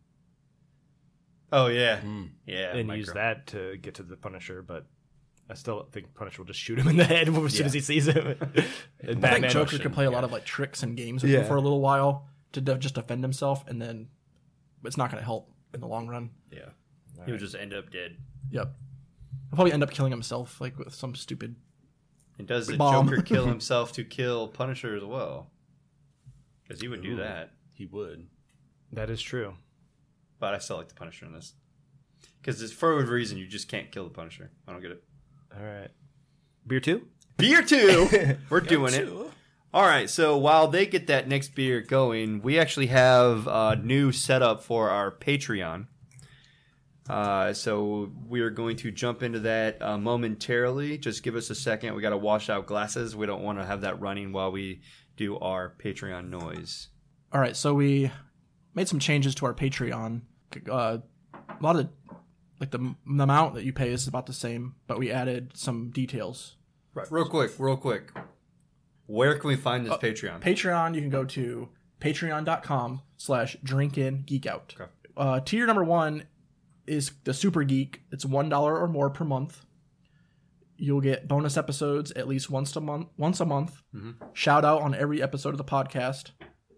Oh yeah,
Mm.
yeah.
and
Micro.
use that to get to the Punisher. But I still think Punisher will just shoot him in the head as soon as he sees him. and
I think
Batman,
Joker could play a lot
yeah.
of like tricks and games with him
Yeah.
for a little while to de- just defend himself, and then it's not going to help in the long run.
Yeah, he would just end up dead.
Yep. He'll probably end up killing himself like with some stupid.
And does the
Bomb.
Joker kill himself to kill Punisher as well? Because he would do
Ooh.
that.
he would.
that is true.
But I still like the Punisher in this. Because for whatever reason, you just can't kill the Punisher. I don't get it.
All right, beer two.
Beer two, we're doing it. All right. So while they get that next beer going, we actually have a new setup for our Patreon. Uh, so we are going to jump into that uh, momentarily. Just give us a second. We got to wash out glasses. We don't want to have that running while we do our Patreon noise.
All right, so we made some changes to our Patreon. Uh, a lot of like the, the amount that you pay is about the same, but we added some details.
Right. Real quick, real quick. Where can we find this Patreon?
Patreon, you can go to patreon.com slash drinkin geek out. Uh, tier number one is the super geek. It's one dollar or more per month. You'll get bonus episodes at least once a month. Once a month. Shout out on every episode of the podcast.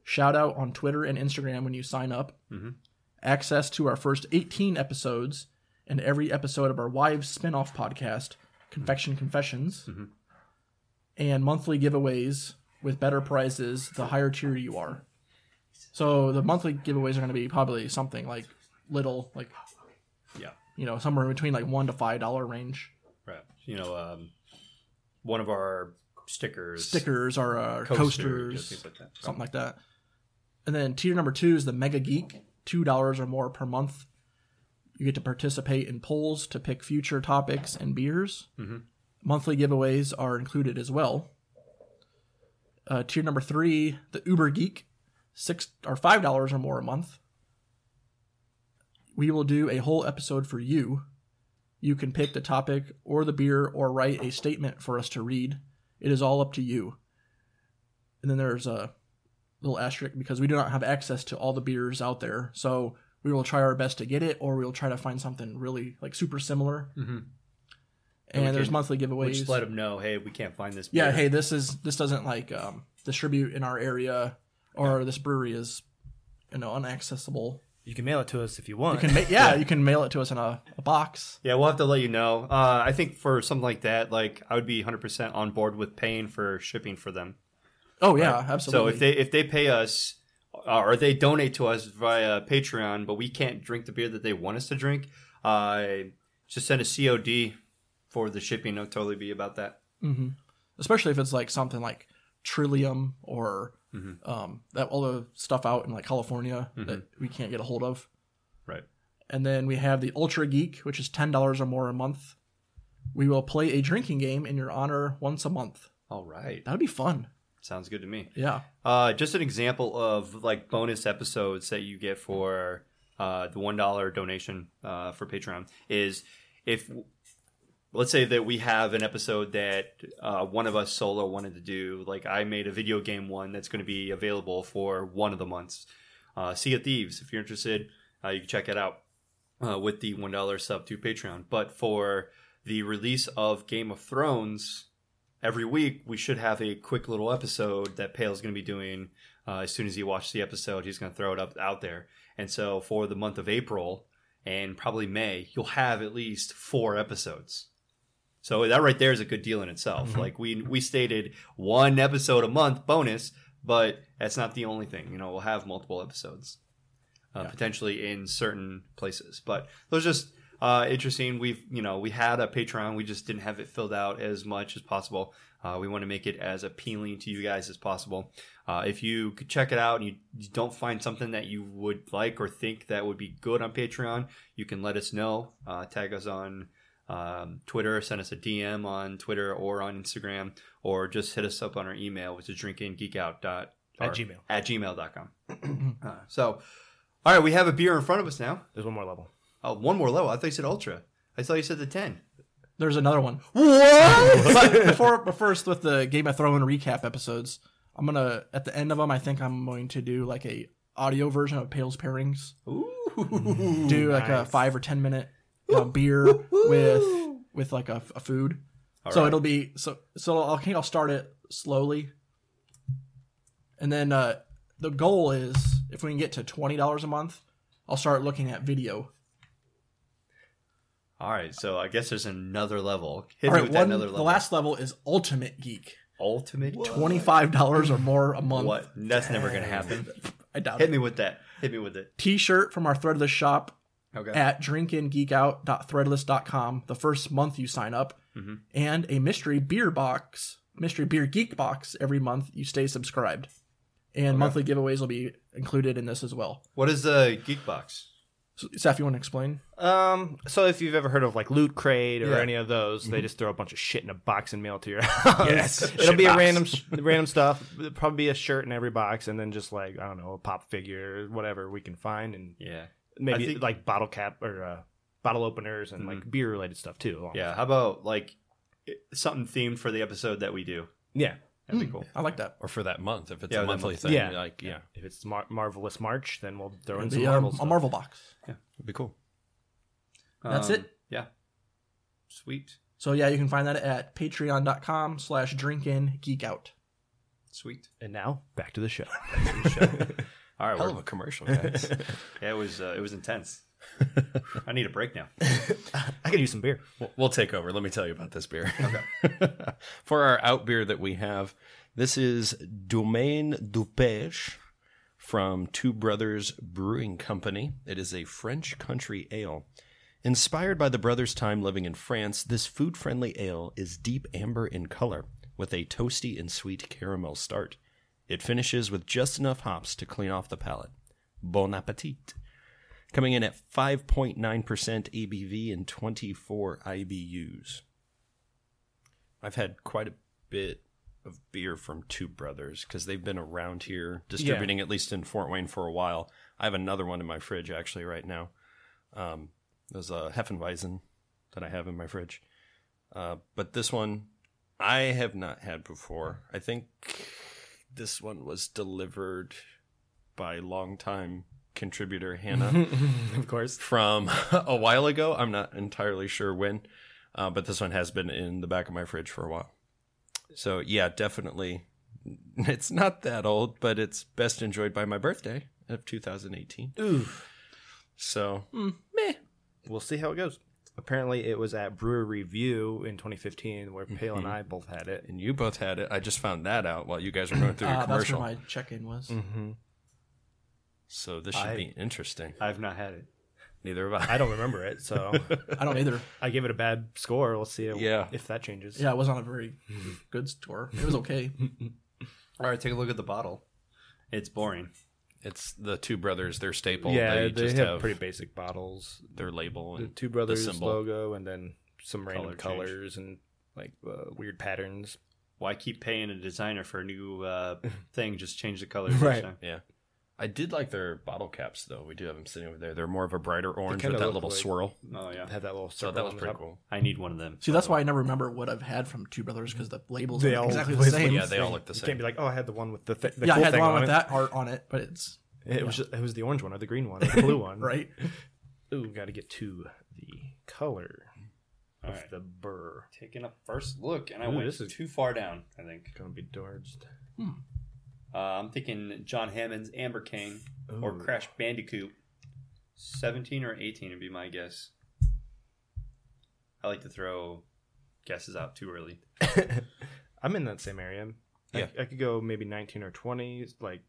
Shout out on Twitter and Instagram when you sign up. Access to our first 18 episodes and every episode of our wives spin-off podcast, Confection Confessions and monthly giveaways with better prizes the higher tier you are. So the monthly giveaways are going to be probably something like little, like
Yeah.
you know, somewhere in between like one to five dollar range.
Right. You know, um, one of our stickers,
Stickers or uh,
coaster,
coasters,
things like that.
something like that. And then tier number two is the Mega Geek, two dollars or more per month. You get to participate in polls to pick future topics and beers.
Mhm.
Monthly giveaways are included as well. Uh, tier number three, the Uber Geek, six or five dollars or more a month. We will do a whole episode for you. You can pick the topic or the beer or write a statement for us to read. It is all up to you. And then there's a little asterisk because we do not have access to all the beers out there. So we will try our best to get it, or we will try to find something really like super similar.
Mhm.
And,
we
there's
can-
monthly
We
giveaways.
just let them know, hey, we can't find this.
yeah,
beer.
hey, this is this doesn't like um, distribute in our area, or this brewery is you know unaccessible.
You can mail it to us if you want.
You can ma- yeah, you can mail it to us in a, a box.
Yeah, we'll have to let you know. Uh, I think for something like that, like I would be 100% on board with paying for shipping for them.
Oh yeah,
So
absolutely.
if they if they pay us uh, or they donate to us via Patreon, but we can't drink the beer that they want us to drink, uh, just send a COD for the shipping. I'll totally be about that.
hmm especially if it's like something like Trillium or um, that all the stuff out in like California that we can't get a hold of.
Right.
And then we have the Ultra Geek, which is ten dollars or more a month. We will play a drinking game in your honor once a month.
All right.
That would be fun.
Sounds good to me.
Yeah.
Uh, just an example of like bonus episodes that you get for uh, the one dollar donation uh, for Patreon is if let's say that we have an episode that uh, one of us solo wanted to do. Like I made a video game one that's going to be available for one of the months. Uh, sea of Thieves, if you're interested, uh, you can check it out uh, with the one dollar sub to Patreon. But for the release of Game of Thrones, every week we should have a quick little episode that Pale's going to be doing. Uh, as soon as he watches the episode, he's going to throw it up out there. And so for the month of April and probably May, you'll have at least four episodes. So that right there is a good deal in itself. Like we we stated one episode a month bonus, but that's not the only thing. You know, we'll have multiple episodes uh, potentially in certain places. But those just uh, interesting. We've you know we had a Patreon, we just didn't have it filled out as much as possible. Uh, we want to make it as appealing to you guys as possible. Uh, if you could check it out and you, you don't find something that you would like or think that would be good on Patreon, you can let us know. Uh, tag us on um, Twitter, send us a DM on Twitter or on Instagram, or just hit us up on our email, which is drinkingeekout dot
At
or-
Gmail.
at gmail.com. uh, so, all right, we have a beer in front of us now.
There's one more level.
Oh, one more level. I thought you said ultra. I thought you said the 10.
There's another one.
What?
but before, but first with the Game of Thrones recap episodes, I'm gonna at the end of them. I think I'm going to do like a audio version of Pale's pairings.
Ooh.
do like a
nice.
five or ten minute uh, beer with with like a, a food. so
right.
it'll be so so I'll, I think I'll start it slowly, and then uh, the goal is if we can get to twenty dollars a month, I'll start looking at video.
All right, so I guess there's another level. Hit
All
me
right,
with
one,
that another level.
the last level is Ultimate Geek,
ultimate
twenty five dollars or more a month.
What? That's never going to happen.
I doubt
Hit
it.
me with that. Hit me with it.
T-shirt from our Threadless shop
Okay.
at drinkingeekout.threadless.com the first month you sign up
Mhm.
and a mystery beer box mystery beer geek box every month you stay subscribed and monthly giveaways will be included in this as well
What is the geek box?
so, Seth, you want to explain
Um, so if you've ever heard of like Loot Crate or
Yeah.
any of those, they just throw a bunch of shit in a box and mail it to your house.
Yes.
It'll be
Shitbox.
a random random stuff. It'll probably be a shirt in every box and then just like, I don't know, a pop figure, whatever we can find and
Yeah.
maybe
I think-
like bottle cap or uh, bottle openers and like beer related stuff too. along
Yeah. How about like it- something themed for the episode that we do?
with- Yeah.
That'd be cool.
i like that
or for that month if it's
Yeah,
a
that
monthly
month.
thing.
Yeah.
like yeah,
If it's Mar- Marvelous March, then we'll throw in
It'll
some
be, um,
Marvel
a
stuff.
marvel box
it'd be cool.
That's
Um,
it.
Yeah. Sweet.
so yeah you can find that at patreon.com slash drinkingeekout
Sweet.
and now back to the show.
All right.
Hell
we're-
of a commercial, guys.
Yeah, it was uh, it was intense. I need a break now.
I could use some beer.
We'll- We'll take over. Let me tell you about this beer. For our out beer that we have, this is Domaine du Pêche from Two Brothers Brewing Company. It is a French country ale. Inspired by the brothers' time living in France, this food friendly ale is deep amber in color with a toasty and sweet caramel start. It finishes with just enough hops to clean off the palate. Bon appetit. Coming in at 5.9% ABV and 24 IBUs. I've had quite a bit of beer from Two Brothers because they've been around here distributing, at least in Fort Wayne, for a while. I have another one in my fridge actually right now. Um, there's a Heffenweizen that I have in my fridge. Uh, but this one I have not had before. I think this one was delivered by longtime contributor
Mm-hmm.
Hannah
of course.
from a while ago. I'm not entirely sure when, uh, but this one has been in the back of my fridge for a while. So yeah, definitely, it's not that old, but it's best enjoyed by my birthday of 2018.
Ooh.
So
We'll see how it goes. Apparently, it was at Brewer Review in 2015 where Pale and I both had it.
and you both had it. I just found that out while you guys were going through your
Uh, that's where
commercial.
my check-in was.
Mm-hmm.
So this should
I-
be interesting.
I've not had it.
Neither of I.
I don't remember it, so
I don't either.
I give it a bad score. We'll see
Yeah.
if that changes.
Yeah, it wasn't a very good store. It was okay.
All right, take a look at the bottle. It's boring.
It's the two brothers. Their staple.
Yeah,
they, just have,
pretty Mm. basic bottles.
their label
The
and
two brothers
Mm. symbol.
logo, and then some
Color
random
change.
colors and like uh, weird patterns.
Why keep paying a designer for a new uh, thing? Just change the colors.
Right.
Each time.
Yeah. I did like their bottle caps though. We do have them sitting over there. They're more of a brighter orange
kinda
with that
look
little
like-
swirl.
Oh yeah.
Have that little.
So
circle
that was
on the
pretty
top.
cool.
I need one of them.
See, that's why I never remember what I've had from Two Brothers because the labels
They
are
all
exactly the
look
same.
Yeah, they all look the
You
same.
can't be like, oh, I had the one with the, th- the
yeah,
cool
I had
thing
one
on
with
it.
that art on it, but it's
It was it was the orange one or the green one or the blue one.
right.
Ooh, got to get to the color
All
of
right.
the burr.
Taking a first look, and I
Ooh,
went
this is-
too far down. I think
Gonna be dodged.
uh, I'm thinking John Hammond's Amber King or
Ooh.
Crash Bandicoot. Seventeen or eighteen would be my guess. I like to throw guesses out too early. Oh,
I'm in that same area. I-
Yeah.
I, could go maybe 19 or 20. Like,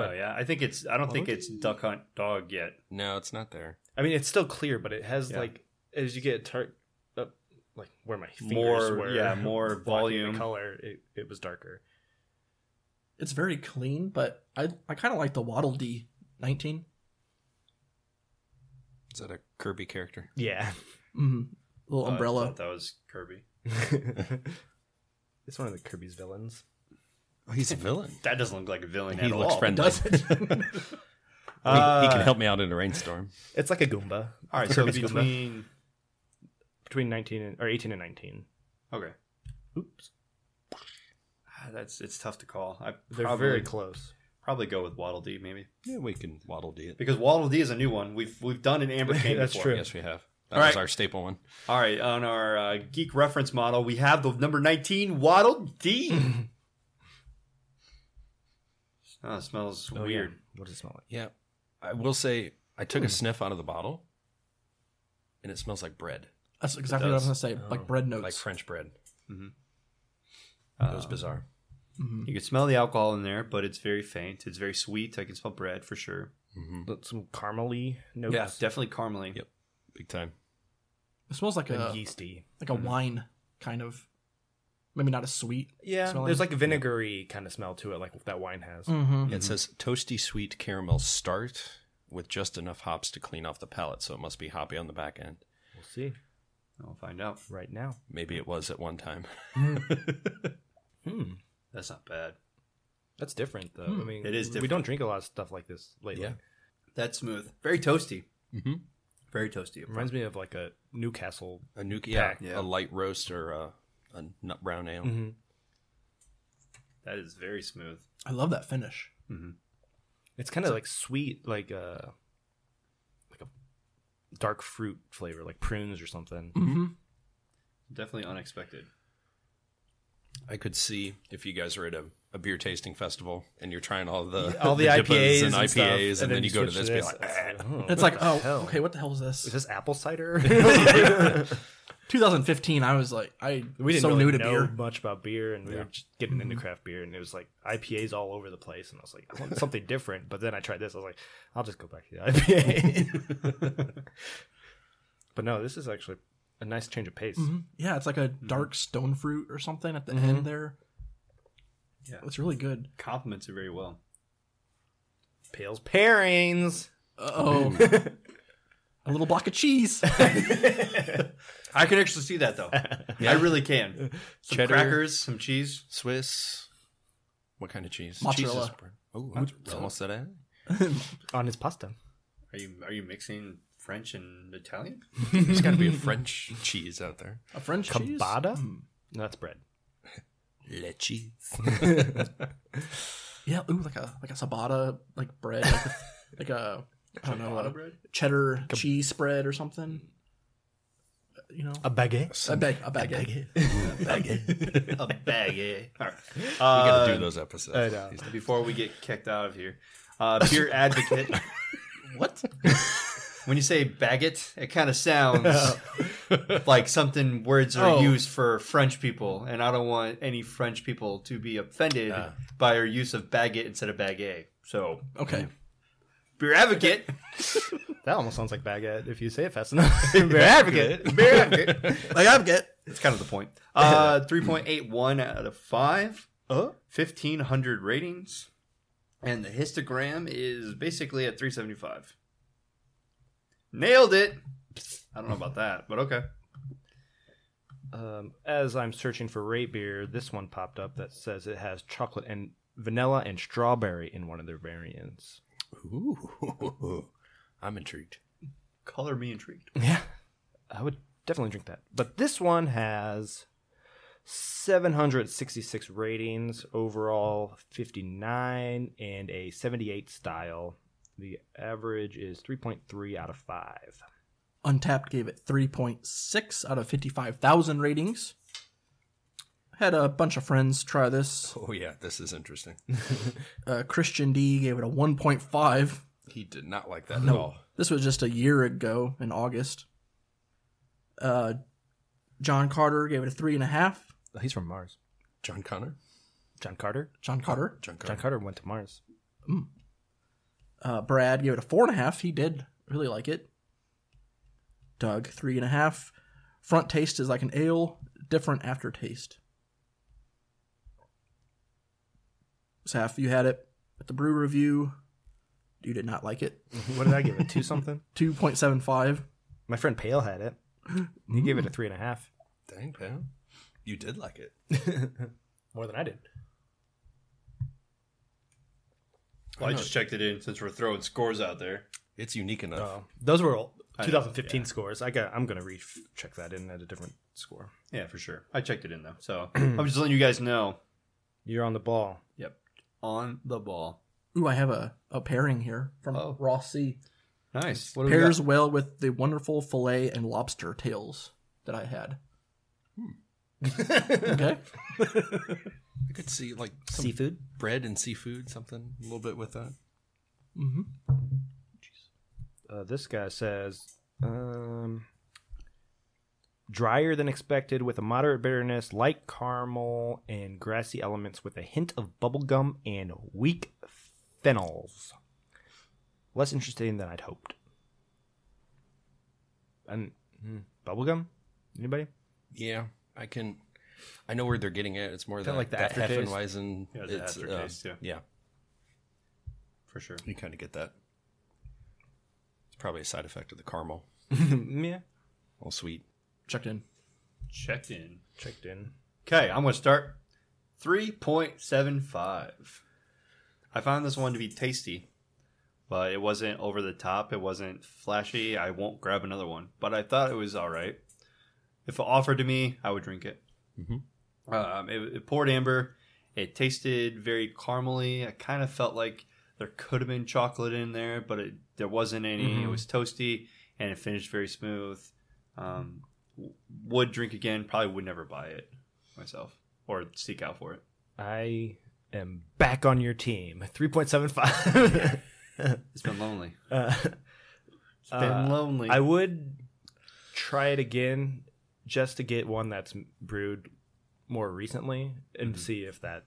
oh yeah, I think it's. I don't think
Oh.
it's Duck Hunt Dog yet.
No, it's not there.
I mean, it's still clear, but it has
Yeah.
like as you get tar- up, like where my fingers
More-
were.
yeah, more
blocking
volume.
The color it, it was darker.
It's very clean, but I I kind of like the Waddle D nineteen.
Is that a Kirby character?
Yeah,
Mm, little
Oh, I
umbrella.
thought that was Kirby.
it's one of the Kirby's villains.
Oh, he's a villain.
That doesn't look like a villain
he
at
looks
all.
friendly.
Uh,
he, he can help me out in a rainstorm.
It's like a Goomba.
All right, so between
Between 19 and, or 18 and 19.
okay,
Oops,
Ah, that's it's tough to call. I
they're
probably,
very close.
probably go with Waddle Dee maybe
Yeah, we can waddle dee it.
because Waddle Dee is a new one. We've we've done an Amber King.
That's
before.
true.
Yes, we have. That
All
was
right.
our staple one.
All right, on our uh, geek reference model, we have the number nineteen Waddle Dee. oh, it smells weird.
What does it smell like?
Yeah. I will say I took a sniff out of the bottle and it smells like bread.
That's exactly what I was gonna say.
Oh,
Like bread
Like
notes.
French bread. Mm-hmm. It was bizarre. Mm-hmm.
You can smell the alcohol in there, but it's very faint. It's very sweet. I can smell bread for sure.
Look, Some caramely notes.
Hmm. Yeah, definitely caramely.
Yep. Big time.
it smells like
and Mm-hmm.
a
yeasty.
like a wine kind of. Maybe not as sweet.
Yeah,
smelling.
there's like a vinegary kind of smell to it, like that wine has.
Hmm.
Mm-hmm.
It says toasty sweet caramel start with just enough hops to clean off the palate, so it must be hoppy on the back end.
We'll see
I'll find out.
right now.
Maybe it was at one time.
Hmm.
That's not bad.
That's different, though.
Hmm.
I mean,
It is
We
different.
don't drink a lot of stuff like this lately.
Yeah.
That's smooth. Very toasty.
Mhm.
Very toasty.
It reminds me of like a Newcastle.
A nuke, yeah,
Pack. Mm-hmm.
Yeah.
a light roast or a, a nut brown ale.
That is very smooth.
I love that finish.
It's kind of like sweet, like a like a dark fruit flavor, like prunes or something.
Mm-hmm.
Definitely unexpected.
I could see if you guys are at a, a beer tasting festival and you're trying all the
All the
dippers
IPAs
and
and
IPAs,
stuff,
and,
and
then,
then
you
you
go to
switch
this,
to
be
this.
like, "Eh."
I don't know.
It's like, oh,
hell?
okay, what the hell is this?
Is this apple cider?
I
2015, I was like, I
We didn't
so
really
new to
know
beer.
much about beer, and we were just getting into craft beer, and it was like IPAs all over the place, and I was like, I want something different. But then I tried this, I was like, I'll just go back to the IPA. but no, this is actually a nice change of pace.
Mhm. Yeah, it's like a dark stone fruit or something at the end there.
Yeah.
it's really good.
Compliments it very well.
Pale's pairings.
Oh, a little block of cheese.
I can actually see that though. I really can. Some
Cheddar.
crackers, some cheese.
Swiss. What kind of cheese?
Mozzarella.
Cheese is br- Oh, mozzarella. said I.
on his pasta.
Are you are you mixing French and Italian?
There's got to be a French cheese out there.
A French cheese. Mm.
Bada? No, that's bread.
Le cheese.
Yeah, ooh, like a like a ciabatta like bread, like a, like a I don't know, a cheddar cheese spread or something. Uh, You know,
A baguette.
a bag, a baguette.
A baggie. All right. Uh,
we got to
Uh,
do those episodes.
I know.
Before we get kicked out of here, uh, beer advocate.
What?
when you say baguette, it kind of sounds like something words are
Oh.
used for French people, and I don't want any French people to be offended
Ah.
by our use of baguette instead of baguette. So,
Okay.
beer advocate.
That almost sounds like baguette if you say it fast enough. Beer advocate. Beer advocate.
Like I get.
That's kind of the point. Uh, 3.81 out of 5.
Uh-huh.
1,500 ratings. And the histogram is basically at 375. Nailed it. I don't know about that, but okay.
Um, as I'm searching for rate beer, this one popped up that says it has chocolate and vanilla and strawberry in one of their variants.
Ooh, I'm intrigued.
Color me intrigued.
Yeah. I would definitely drink that. But this one has 766 ratings, overall 59, and a 78 style. The average is 3.3 out of 5.
Untapped gave it 3.6 out of 55,000 ratings. Had a bunch of friends try this.
Oh yeah, this is interesting.
Uh, Christian D gave it a 1.5.
He did not like that at all.
This was just a year ago in August. Uh, John Carter gave it a 3.5.
Oh, He's from Mars.
John Connor.
John Carter?
John Carter.
John Connor.
John Carter went to Mars.
Uh, Brad gave it a 4.5. He did really like it. Doug, 3.5. Front taste is like an ale, different aftertaste. Saf, you had it at the brew review. You did not like it.
What did I give it? Two something?
2.75.
My friend Pale had it. He gave it a three and a half.
Dang, pal. You did like it.
More than I did.
Well, I just checked it in since we're throwing scores out there.
It's unique
Oh.
enough.
Those were all 2015 scores. I got. I'm gonna re check that in at a different score.
Yeah, for sure. I checked it in, though. So, I'm just letting you guys know.
You're on the ball.
Yep. On the ball.
Ooh, I have a, a pairing here from
Oh.
Raw C.
Nice. What do we
Pairs
got?
well with the wonderful filet and lobster tails that I had.
Hmm.
okay.
I could see like some seafood, bread, and seafood, something a little bit with that.
Uh, this guy says, um, drier than expected with a moderate bitterness, light caramel and grassy elements with a hint of bubblegum and weak phenols. Less interesting than I'd hoped. And hmm, bubblegum? Anybody?
Yeah, I can. I know where they're getting at. It's more that
like the
that
aftertaste.
Hefeweizen.
Yeah, the
it's, uh,
aftertaste, yeah.
yeah,
For sure.
you kind of get that. It's probably a side effect of the caramel.
yeah.
All sweet.
Checked in.
Checked in.
Checked in.
Okay, I'm going to start 3.75. I found this one to be tasty, but it wasn't over the top. It wasn't flashy. I won't grab another one, but I thought it was all right. If it offered to me, I would drink it. Um, it, it poured amber. It tasted very caramely. I kind of felt like there could have been chocolate in there, but it, there wasn't any. It was toasty and it finished very smooth. Um, w- would drink again. Probably would never buy it myself or seek out for it.
I am back on your team. 3.75.
It's been lonely.
Uh,
It's been lonely.
I would try it again just to get one that's brewed more recently and
Mm-hmm.
see if that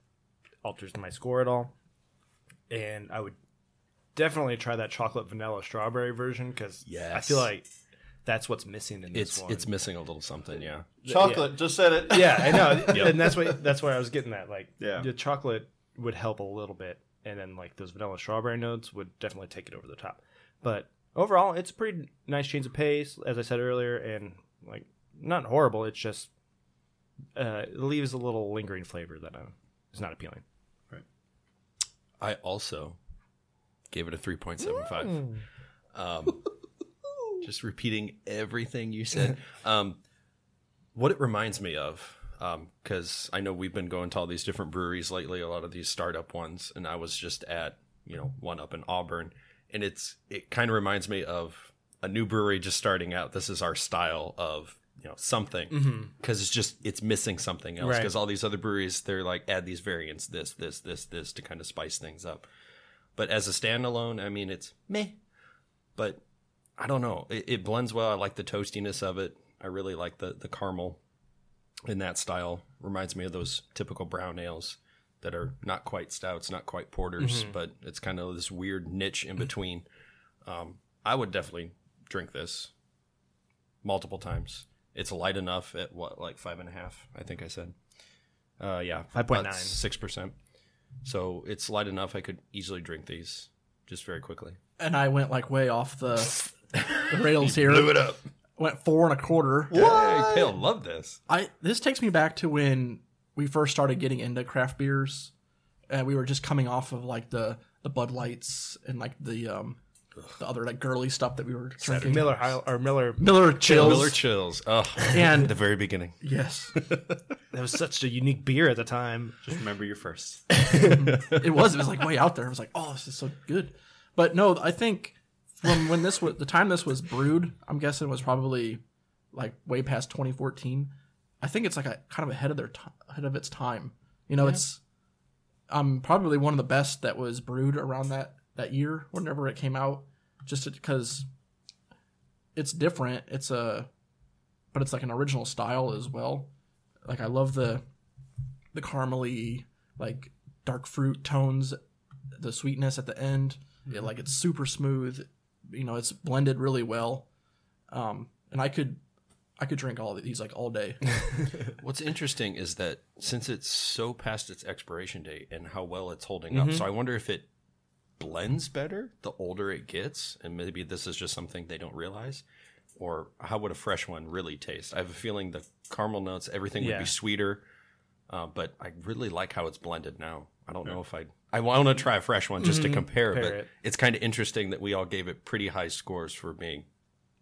alters my score at all. And I would definitely try that chocolate vanilla strawberry version because I
Yes.
feel like that's what's missing in this
It's
one.
it's missing a little something, yeah.
Chocolate, just said it.
yeah, I know, and that's why that's why I was getting that. Like,
Yeah.
the chocolate would help a little bit, and then like those vanilla strawberry notes would definitely take it over the top. But overall, it's a pretty nice change of pace, as I said earlier, and like not horrible. It's just uh, it leaves a little lingering flavor that uh, is not appealing.
I also gave it a 3.75. Um, just repeating everything you said. Um, what it reminds me of, because I know we've been going to all these different breweries lately, a lot of these startup ones, and I was just at you know one up in Auburn, and it's it kind of reminds me of a new brewery just starting out. This is our style of you know something because
Mm-hmm.
it's just it's missing something else
Right.
because all these other breweries they're like add these variants this this this this to kind of spice things up but as a standalone, I mean, it's meh. But I don't know. It, it blends well. I like the toastiness of it. I really like the the caramel in that style. Reminds me of those typical brown ales that are not quite stouts, not quite porters, but it's kind of this weird niche in between. Um, I would definitely drink this multiple times. It's light enough at what, like five and a half? I think I said. Uh, yeah,
5.9.
six percent. So it's light enough. I could easily drink these just very quickly.
and I went like way off the, the rails here.
up.
Went four and a quarter.
What? Pale love this.
I this takes me back to when we first started getting into craft beers, and we were just coming off of like the the Bud Lights and like the um the other like girly stuff that we were drinking.
Miller Hi- or Miller,
Miller chills.
Miller chills. Oh,
And-
the very beginning.
yes,
that was such a unique beer at the time.
Just remember your first.
it was. It was like way out there. I was like, oh, this is so good. But no, I think from when this was the time this was brewed, I'm guessing it was probably like way past 2014. I think it's like a kind of ahead of their ti ahead of its time. You know, it's um probably one of the best that was brewed around that that year whenever it came out, just because it's different. It's a but it's like an original style as well. Like I love the the caramely like dark fruit tones, the sweetness at the end. It, like it's super smooth. You know, it's blended really well. Um, and I could, I could drink all of these like all day.
What's interesting is that since it's so past its expiration date and how well it's holding
Mm-hmm.
up, so I wonder if it blends better the older it gets, and maybe this is just something they don't realize. Or how would a fresh one really taste? I have a feeling the caramel notes, everything would
Yeah.
be sweeter. Uh, but I really like how it's blended now. I don't know if I'd, I want to try a fresh one just to compare,
Mm-hmm. Compare
but
it.
it's kind of interesting that we all gave it pretty high scores for being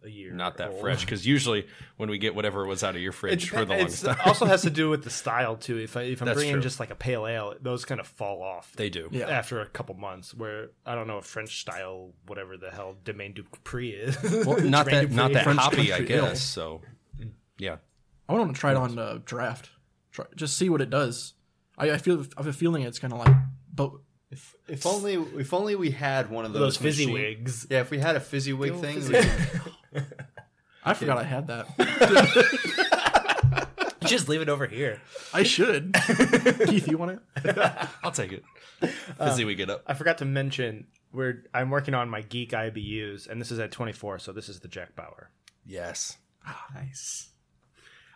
A year
not that
old.
fresh. Because usually when we get whatever was out of your
It
fridge for the
depen-
longest
it's-
time,
also has to do with the style too. If I if I'm
That's
bringing
true.
just like a pale ale, those kind of fall off.
they do.
Yeah.
after a couple months where I don't know if French style, whatever the hell Domaine du Pré is.
Well, not that
Randy
not that
French
hoppy, I
country
guess.
ale.
So, yeah,
I want to try it on uh, draft, try, just see what it does. I, I feel, I have a feeling it's kind of like, but
If, if only if only we had one of
Those
those,
fizzy
machine-
wigs.
Yeah, if we had a fizzy wig thing, we could-
I forgot I had that.
Just leave it over here.
I should. Keith, you want it?
I'll take it. Fizzy, we get up.
I forgot to mention we're I'm working on my geek IBUs, and this is at 24, so this is the Jack Bauer.
Yes,
nice.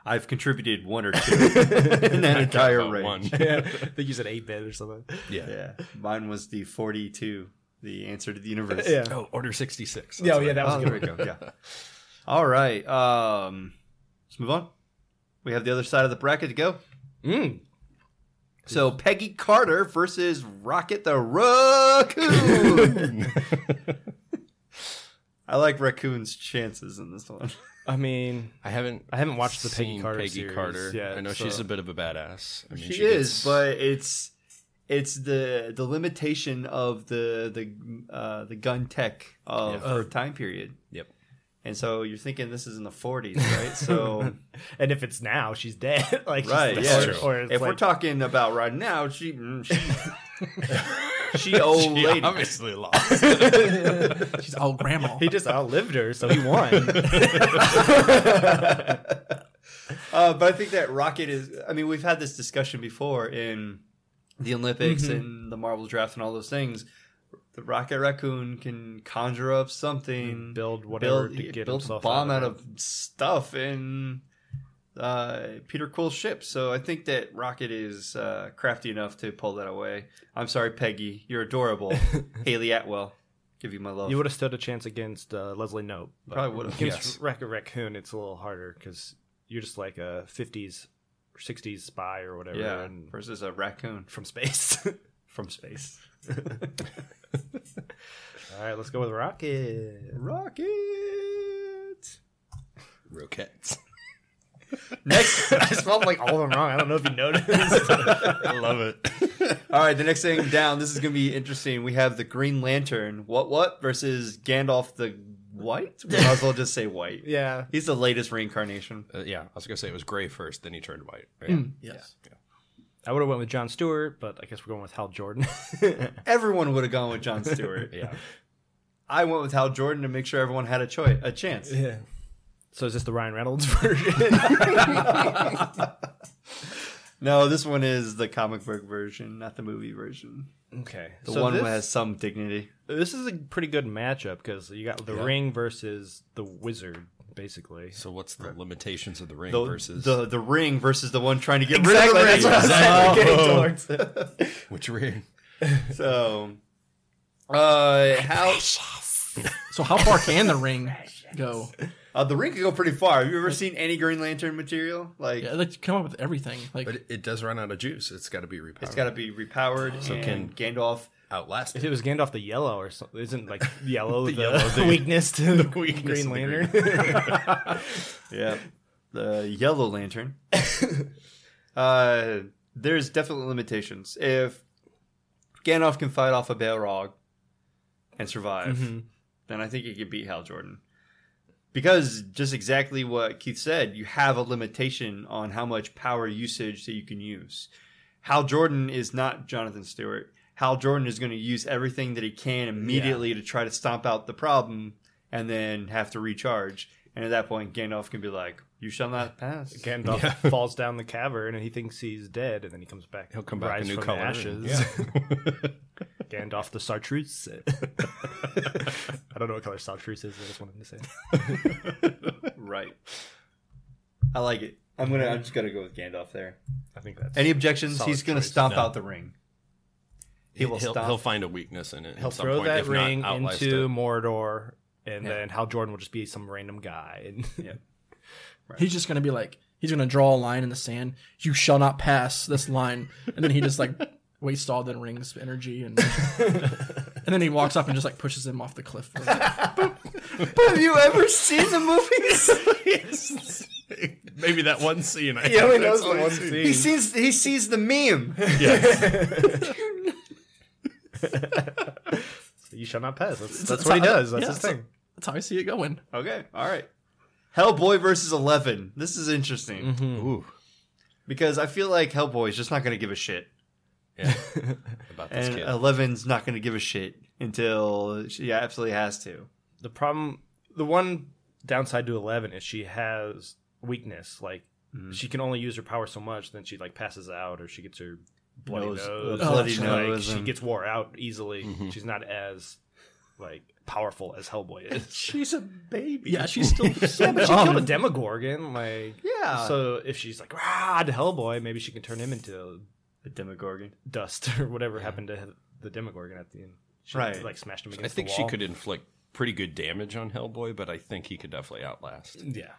I've contributed one or two in that entire
About
range.
one.
they use an eight bit or something.
Yeah.
Yeah, mine was the forty-two, the answer to the universe.
Yeah.
Oh, order sixty six.
Yeah, yeah, that was
Oh,
a
there we
good. one.
go. Yeah. All right. Um, let's move on. We have the other side of the bracket to go.
Mm.
So Peggy Carter versus Rocket the Raccoon. I like Raccoon's chances in this one.
I mean,
I haven't.
I haven't watched the Peggy
seen
Carter
Peggy
series
Carter.
yet,
I know
so-
she's a bit of a badass. I mean,
she, is,
gets-
but it's it's the the limitation of the the uh, the gun tech of her time period.
Yep.
And so you're thinking this is in the 40s, right? So
and if it's now, she's dead. like she's
right,
dead.
yeah.
true.
Or, or it's
if we're
like,
talking about right now, she mm, she, she old
She
lady.
obviously lost.
She's all grandma.
he just outlived her, so he won.
Uh, but I think that Rocket is. I mean, we've had this discussion before in the Olympics
Mm-hmm.
and the Marvel Draft and all those things. The Rocket Raccoon can conjure up something,
Build whatever to
yeah,
get
build a
himself
bomb out
out of
of, stuff in uh, Peter Quill's ship. So I think that Rocket is uh, crafty enough to pull that away. I'm sorry, Peggy. You're adorable. Haley Atwell, give you my love.
You would have stood a chance against uh, Leslie Nope. but
Probably would've,
Against
yes.
Wreck-It Raccoon, it's a little harder because you're just like a 50s, 60s spy or whatever.
yeah,
and
versus a raccoon
from space.
from space.
All right, let's go with Rocket.
Rocket.
Roquettes.
Next,
I spelled like all of them wrong. I don't know if you noticed.
I love it.
all right. The next thing down. This is gonna be interesting. We have the Green Lantern. What what versus Gandalf the White. We might as well just say White.
yeah.
He's the latest reincarnation.
Uh, yeah, I was gonna say it was gray first, then he turned white. Right?
Yes.
I would have went with John Stewart, but I guess we're going with Hal Jordan.
Everyone would have gone with John Stewart.
Yeah.
I went with Hal Jordan to make sure everyone had a choice, a chance.
yeah. So is this the Ryan Reynolds version?
No, this one is the comic book version, not the movie version.
okay.
The
so
one
this,
that has some dignity.
this is a pretty good matchup because you got the
Yeah.
Ring versus the Wizard, basically.
So what's the limitations of the ring
The,
versus
the the ring versus the one trying to get
Exactly,
rid of the ring.
that's what
I was
Exactly.
which ring?
So, uh, how
So how far can the ring go?
uh, the ring could go pretty far. Have you ever seen any Green Lantern material? Like,
Yeah, like come up with everything. Like
But it, it does run out of juice. It's got to be repowered.
it's got to be
Oh,
repowered. So can
can-
Gandalf?
outlast
If it
it.
was Gandalf the Yellow or something, isn't like yellow the,
yellow, the-
weakness to the Green
of the
Lantern?
Yeah, the Yellow Lantern. uh, there's definitely limitations. If Gandalf can fight off a Balrog and survive,
Mm-hmm.
then I think he could beat Hal Jordan. Because just exactly what Keith said, you have a limitation on how much power usage that you can use. Hal Jordan is not Jonathan Stewart. Hal Jordan is going to use everything that he can immediately to try to stomp out the problem and then have to recharge. And at that point, Gandalf can be like, You shall not pass.
Gandalf
Yeah.
falls down the cavern and he thinks he's dead, and then he comes back.
He'll come back a
rise
new
from the
color.
Ashes.
Yeah.
Gandalf the Sartreuse. I don't know what color Sartreuse is. I just wanted to say.
Right. I like it. I'm gonna. I'm just gonna go with Gandalf there.
I think that's.
Any objections?
Solid
he's gonna
choice.
stomp
No.
out the ring. He will
he'll,
stomp.
he'll find a weakness in it.
He'll
at some
throw
point,
that
if not,
ring
outlast
into
it.
Mordor, and then Hal Jordan will just be some random guy. And
he's just gonna be like he's gonna draw a line in the sand. You shall not pass this line, and then he just like wastes all the ring's energy, and and then he walks up and just like pushes him off the cliff.
Have you ever seen the movies?
Maybe that one scene. I
Yeah,
think
we know
that's
the
all
one
seen.
he sees. He sees the meme.
you shall not pass. That's, that's what he
how-
does. That's
yeah,
his thing.
That's how I see it going.
Okay. All right. Hellboy versus Eleven. This is interesting
Ooh,
because I feel like Hellboy's just not gonna give a shit,
yeah. About this
and
uh,
kid.
Eleven's not gonna give a shit until she absolutely has to.
the problem the one downside to 11 is she has weakness like
Mm-hmm.
she can only use her power so much then she like passes out or she gets her bloody
Nose-
nose,
uh, bloody
Like,
nose
she
and- Mm-hmm.
gets wore out easily she's not as like powerful as hellboy is
She's a baby.
Yeah, she's still so
but
much.
she killed a demogorgon like
Yeah.
so if she's like ah to hellboy maybe she can turn him into
a Demogorgon.
dust or whatever happened to the demogorgon at the end she
Right.
like smashed him
I
against
think
the
she
wall.
could inflict pretty good damage on Hellboy, but I think he could definitely outlast
yeah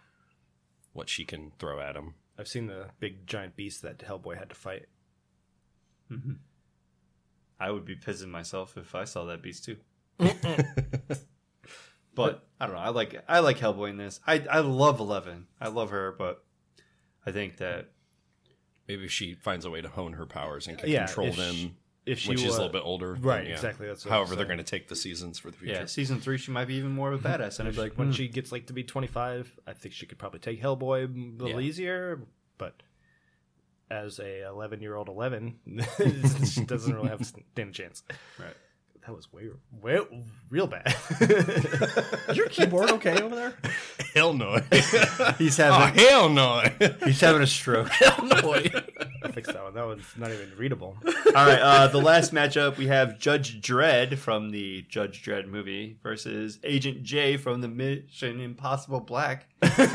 what she can throw at him.
I've seen the big giant beast that Hellboy had to fight.
I would be pissing myself if I saw that beast too. but I don't know. I like I like Hellboy in this. I I love Eleven. I love her, but I think that
Maybe she finds a way to hone her powers and can
Yeah,
control
if
them
she- if she
when she's
wa-
a little bit older. then
Right, exactly, that's what I'm
However, they're
saying.
going to take the seasons for the future.
yeah, season three she might be even more of a badass. And I'd be like,
Like
"Mm,
when she gets like to be 25, I think she could probably take Hellboy a little
Yeah.
easier, but as a 11 year old 11, she doesn't really have a damn chance.
Right.
That was way, way real bad.
Is your keyboard okay over there?
hell no.
He's
oh,
having
hell no.
he's having a stroke.
Illinois.
I fixed that one. That one's not even readable.
All right, uh, the last matchup we have Judge Dredd from the Judge Dredd movie versus Agent J from the Mission Impossible Black.
Judge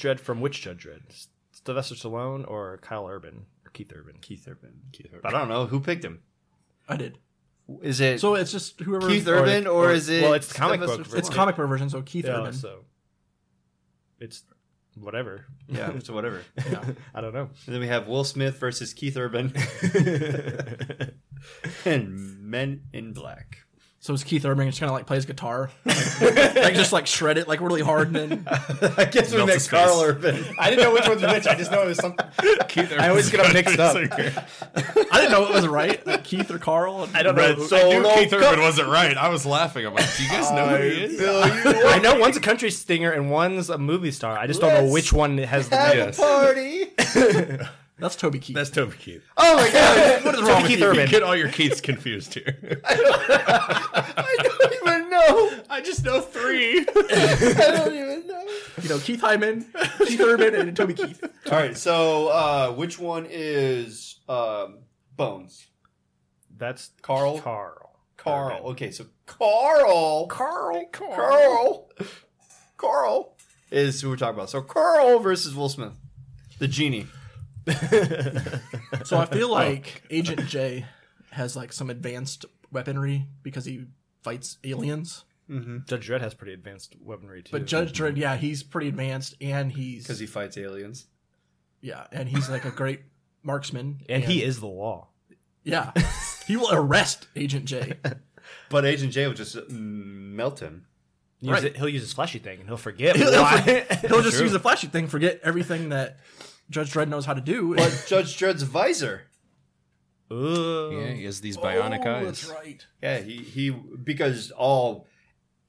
Dredd from which Judge Dredd? S- Sylvester Stallone or Kyle Urban or Keith Urban?
Keith Urban. Keith Urban. But I don't know who picked him.
I did.
Is it
So it's just whoever.
Keith Urban or,
or-
is it?
well, it's the comic
Sylvester
book
Stallone?
It's comic book version, so Keith
Yeah,
Urban.
so it's whatever.
Yeah, it's whatever. And
Yeah.
I don't know.
then we have Will Smith versus Keith Urban and Men in Black.
So it's Keith Urban just kind of like plays guitar, like, like, just like shred it like really hard, and then
I guess we
Melts
met
his
Carl
face.
Urban.
I didn't know which one's which. I just know it was something. I always get them mixed up.
I didn't know it was right. Like Keith or Carl.
I don't know.
Red
I,
Solo
Keith
Keith
Urban
Urban wasn't right. I was laughing. I'm like, do you guys know who he is?
Bill, you
I know one's a country singer and one's a movie star. I just don't know
Let's
which one has the
have
Yes.
a party.
That's Toby Keith.
That's Toby Keith.
Oh my god, what is wrong
Keith
with
You
Urban.
get all your Keiths confused here.
I don't even know.
I just know three.
I don't even know.
you know Keith Hyman, Keith Urban, and Toby Keith.
All right, so uh, which one is um, Bones?
That's
Carl?
Carl.
Carl. Okay, so Carl. Carl. Carl. Carl is who we're talking about. So Carl versus Will Smith, the genie.
So I feel like Agent J has like some advanced weaponry because he fights aliens.
Judge Dredd has pretty advanced weaponry too.
But Judge Dredd, yeah, he's pretty advanced, and he's
Because he fights aliens.
yeah, and he's like a great marksman,
and he is the law.
yeah, he will arrest Agent J.
But Agent J will just mm, melt him.
He use it- he'll use his flashy thing and he'll forget
He'll,
why.
for- he'll just use a flashy thing, forget everything that Judge Dredd knows how to do.
But Judge Dredd's visor.
Ooh.
Yeah, he has these bionic
oh,
eyes.
That's right.
Yeah, he, he because all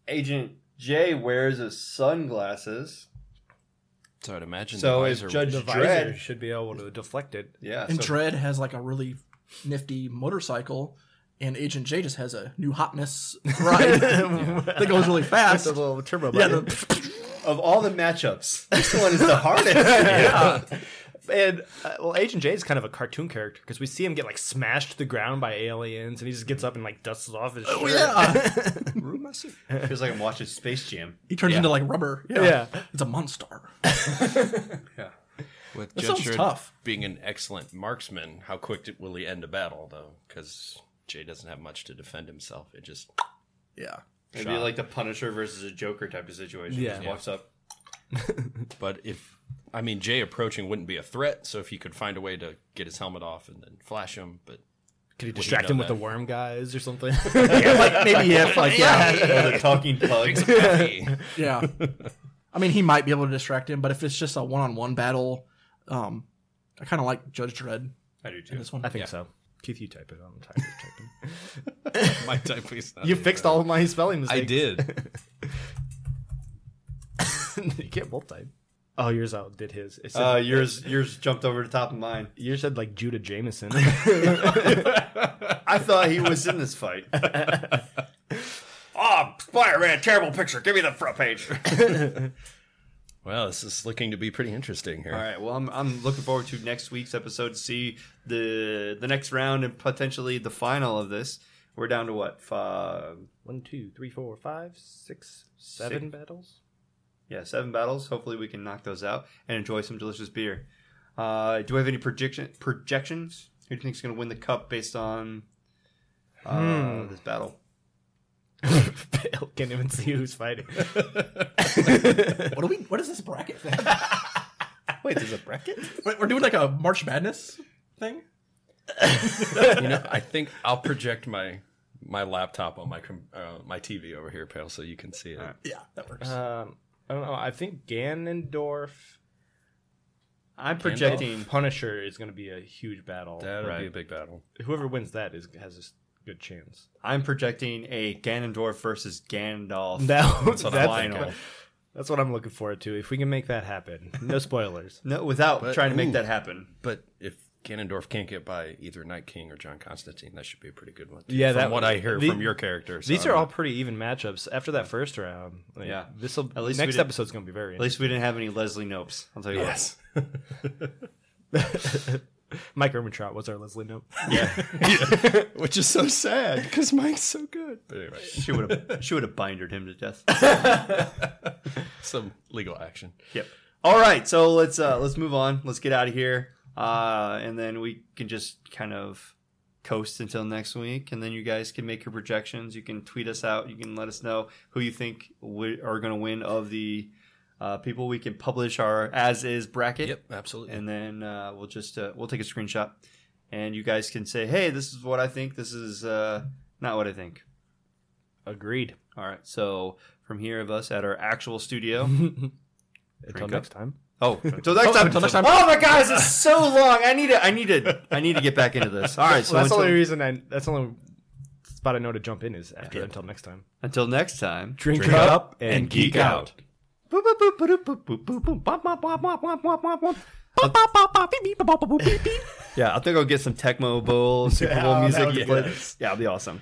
Agent J wears is sunglasses.
So I'd imagine
So
the
if
visor
Judge
The visor
Dredd,
should be able to deflect it.
yeah,
And
so
Dredd has like a really nifty motorcycle, and Agent J just has a new hotness ride that goes really fast.
The little turbo
yeah,
button.
the,
of all the matchups, this one is the hardest. yeah.
And uh, well, Agent J is kind of a cartoon character because we see him get like smashed to the ground by aliens, and he just gets up and like dusts off his shirt.
yeah.
Feels like I'm watching Space Jam.
he turns into like rubber. Yeah.
Yeah.
it's a monster.
with
sounds
Judge Dredd
tough.
being an excellent marksman, how quick did, will he end a battle though? Because Jay doesn't have much to defend himself. It just
Yeah,
It'd be like the Punisher versus a Joker type of situation.
Yeah.
Just walks up.
But if I mean Jay approaching wouldn't be a threat, so if he could find a way to get his helmet off and then flash him, but
Could he distract
know
him with
that?
the worm guys or something? yeah, like maybe if like yeah.
Or the Oh, talking pug.
yeah. I mean, he might be able to distract him, but if it's just a one-on-one battle, um, I kind of like Judge Dredd
I do
in
too.
this one.
I think so. Keith, you type it. I'm tired of typing.
my type is not
You
even
fixed
right.
all of my spelling mistakes.
I did.
you can't both type. Oh, yours outdid his. It said,
Uh, yours, yours jumped over the top of mine.
yours said like Judah Jameson.
I thought he was in this fight. oh, Spider-Man, terrible picture. Give me the front page.
Well, this is looking to be pretty interesting here.
All right. Well, I'm, I'm looking forward to next week's episode to see the the next round and potentially the final of this. We're down to what? Five,
One, two, three, four, five, six, seven
Six.
battles.
yeah, seven battles. Hopefully, we can knock those out and enjoy some delicious beer. Uh, do we have any projection projections? Who do you think is going to win the cup based on uh, this battle?
Bill can't even see who's fighting.
What do we? What is this bracket thing?
Wait, there's a bracket.
Wait, We're doing like a March Madness thing.
You know, I think I'll project my my laptop on my com- uh, my TV over here, pal, so you can see it.
Yeah, that works.
um, I don't know. I think Ganondorf
I'm projecting.
Punisher is going to be a huge battle.
That'll be
Right.
a big battle.
Whoever wins that is has a s- good chance.
I'm projecting a Ganondorf versus Gandalf.
No, that's,
what I'm thinking.
what- that's what I'm looking forward to. If we can make that happen, no spoilers.
No, without
But-
trying to make
ooh.
that happen.
But if Ganondorf can't get by either Night King or John Constantine. That should be a pretty good one. too,
Yeah,
from
that-
what I hear
the-
from your characters.
These are all pretty even matchups after that first round. Like,
Yeah.
this will
At least we
next
did-
episode's gonna be very.
At least we didn't have any Leslie Nopes. I'll tell you
yes.
Mike Ermintrout was our Leslie Nope.
which is so sad because Mike's so good. But anyway,
what. She would have she would have bindered him to death.
some legal action.
Yep. All right, so let's uh let's move on. Let's get out of here. Uh and then we can just kind of coast until next week and then you guys can make your projections. You can tweet us out. You can let us know who you think wi- are going to win of the uh, people we can publish our as is bracket.
Yep, absolutely.
and then uh, we'll just uh, we'll take a screenshot and you guys can say hey this is what i think this is uh, not what i think
Agreed.
all right so from here of us at our actual studio
Until
up.
next time.
oh until next time
until next time.
oh my god this is so long i need to i need to i need to get back into this all right so
Well, that's the
until,
only reason I. That's the only spot I know to jump in is after. Until next time.
until next time
Drink,
up and geek out.
Boop, boop, boop, boop, boop, boop, boop, boop, bop, bop, bop, bop, bop, bop, bop, bop. yeah, I think I'll get some Tecmo Bowl Super Bowl
Yeah,
music
that would
to
be
play.
nice.
Yeah, it'll be awesome.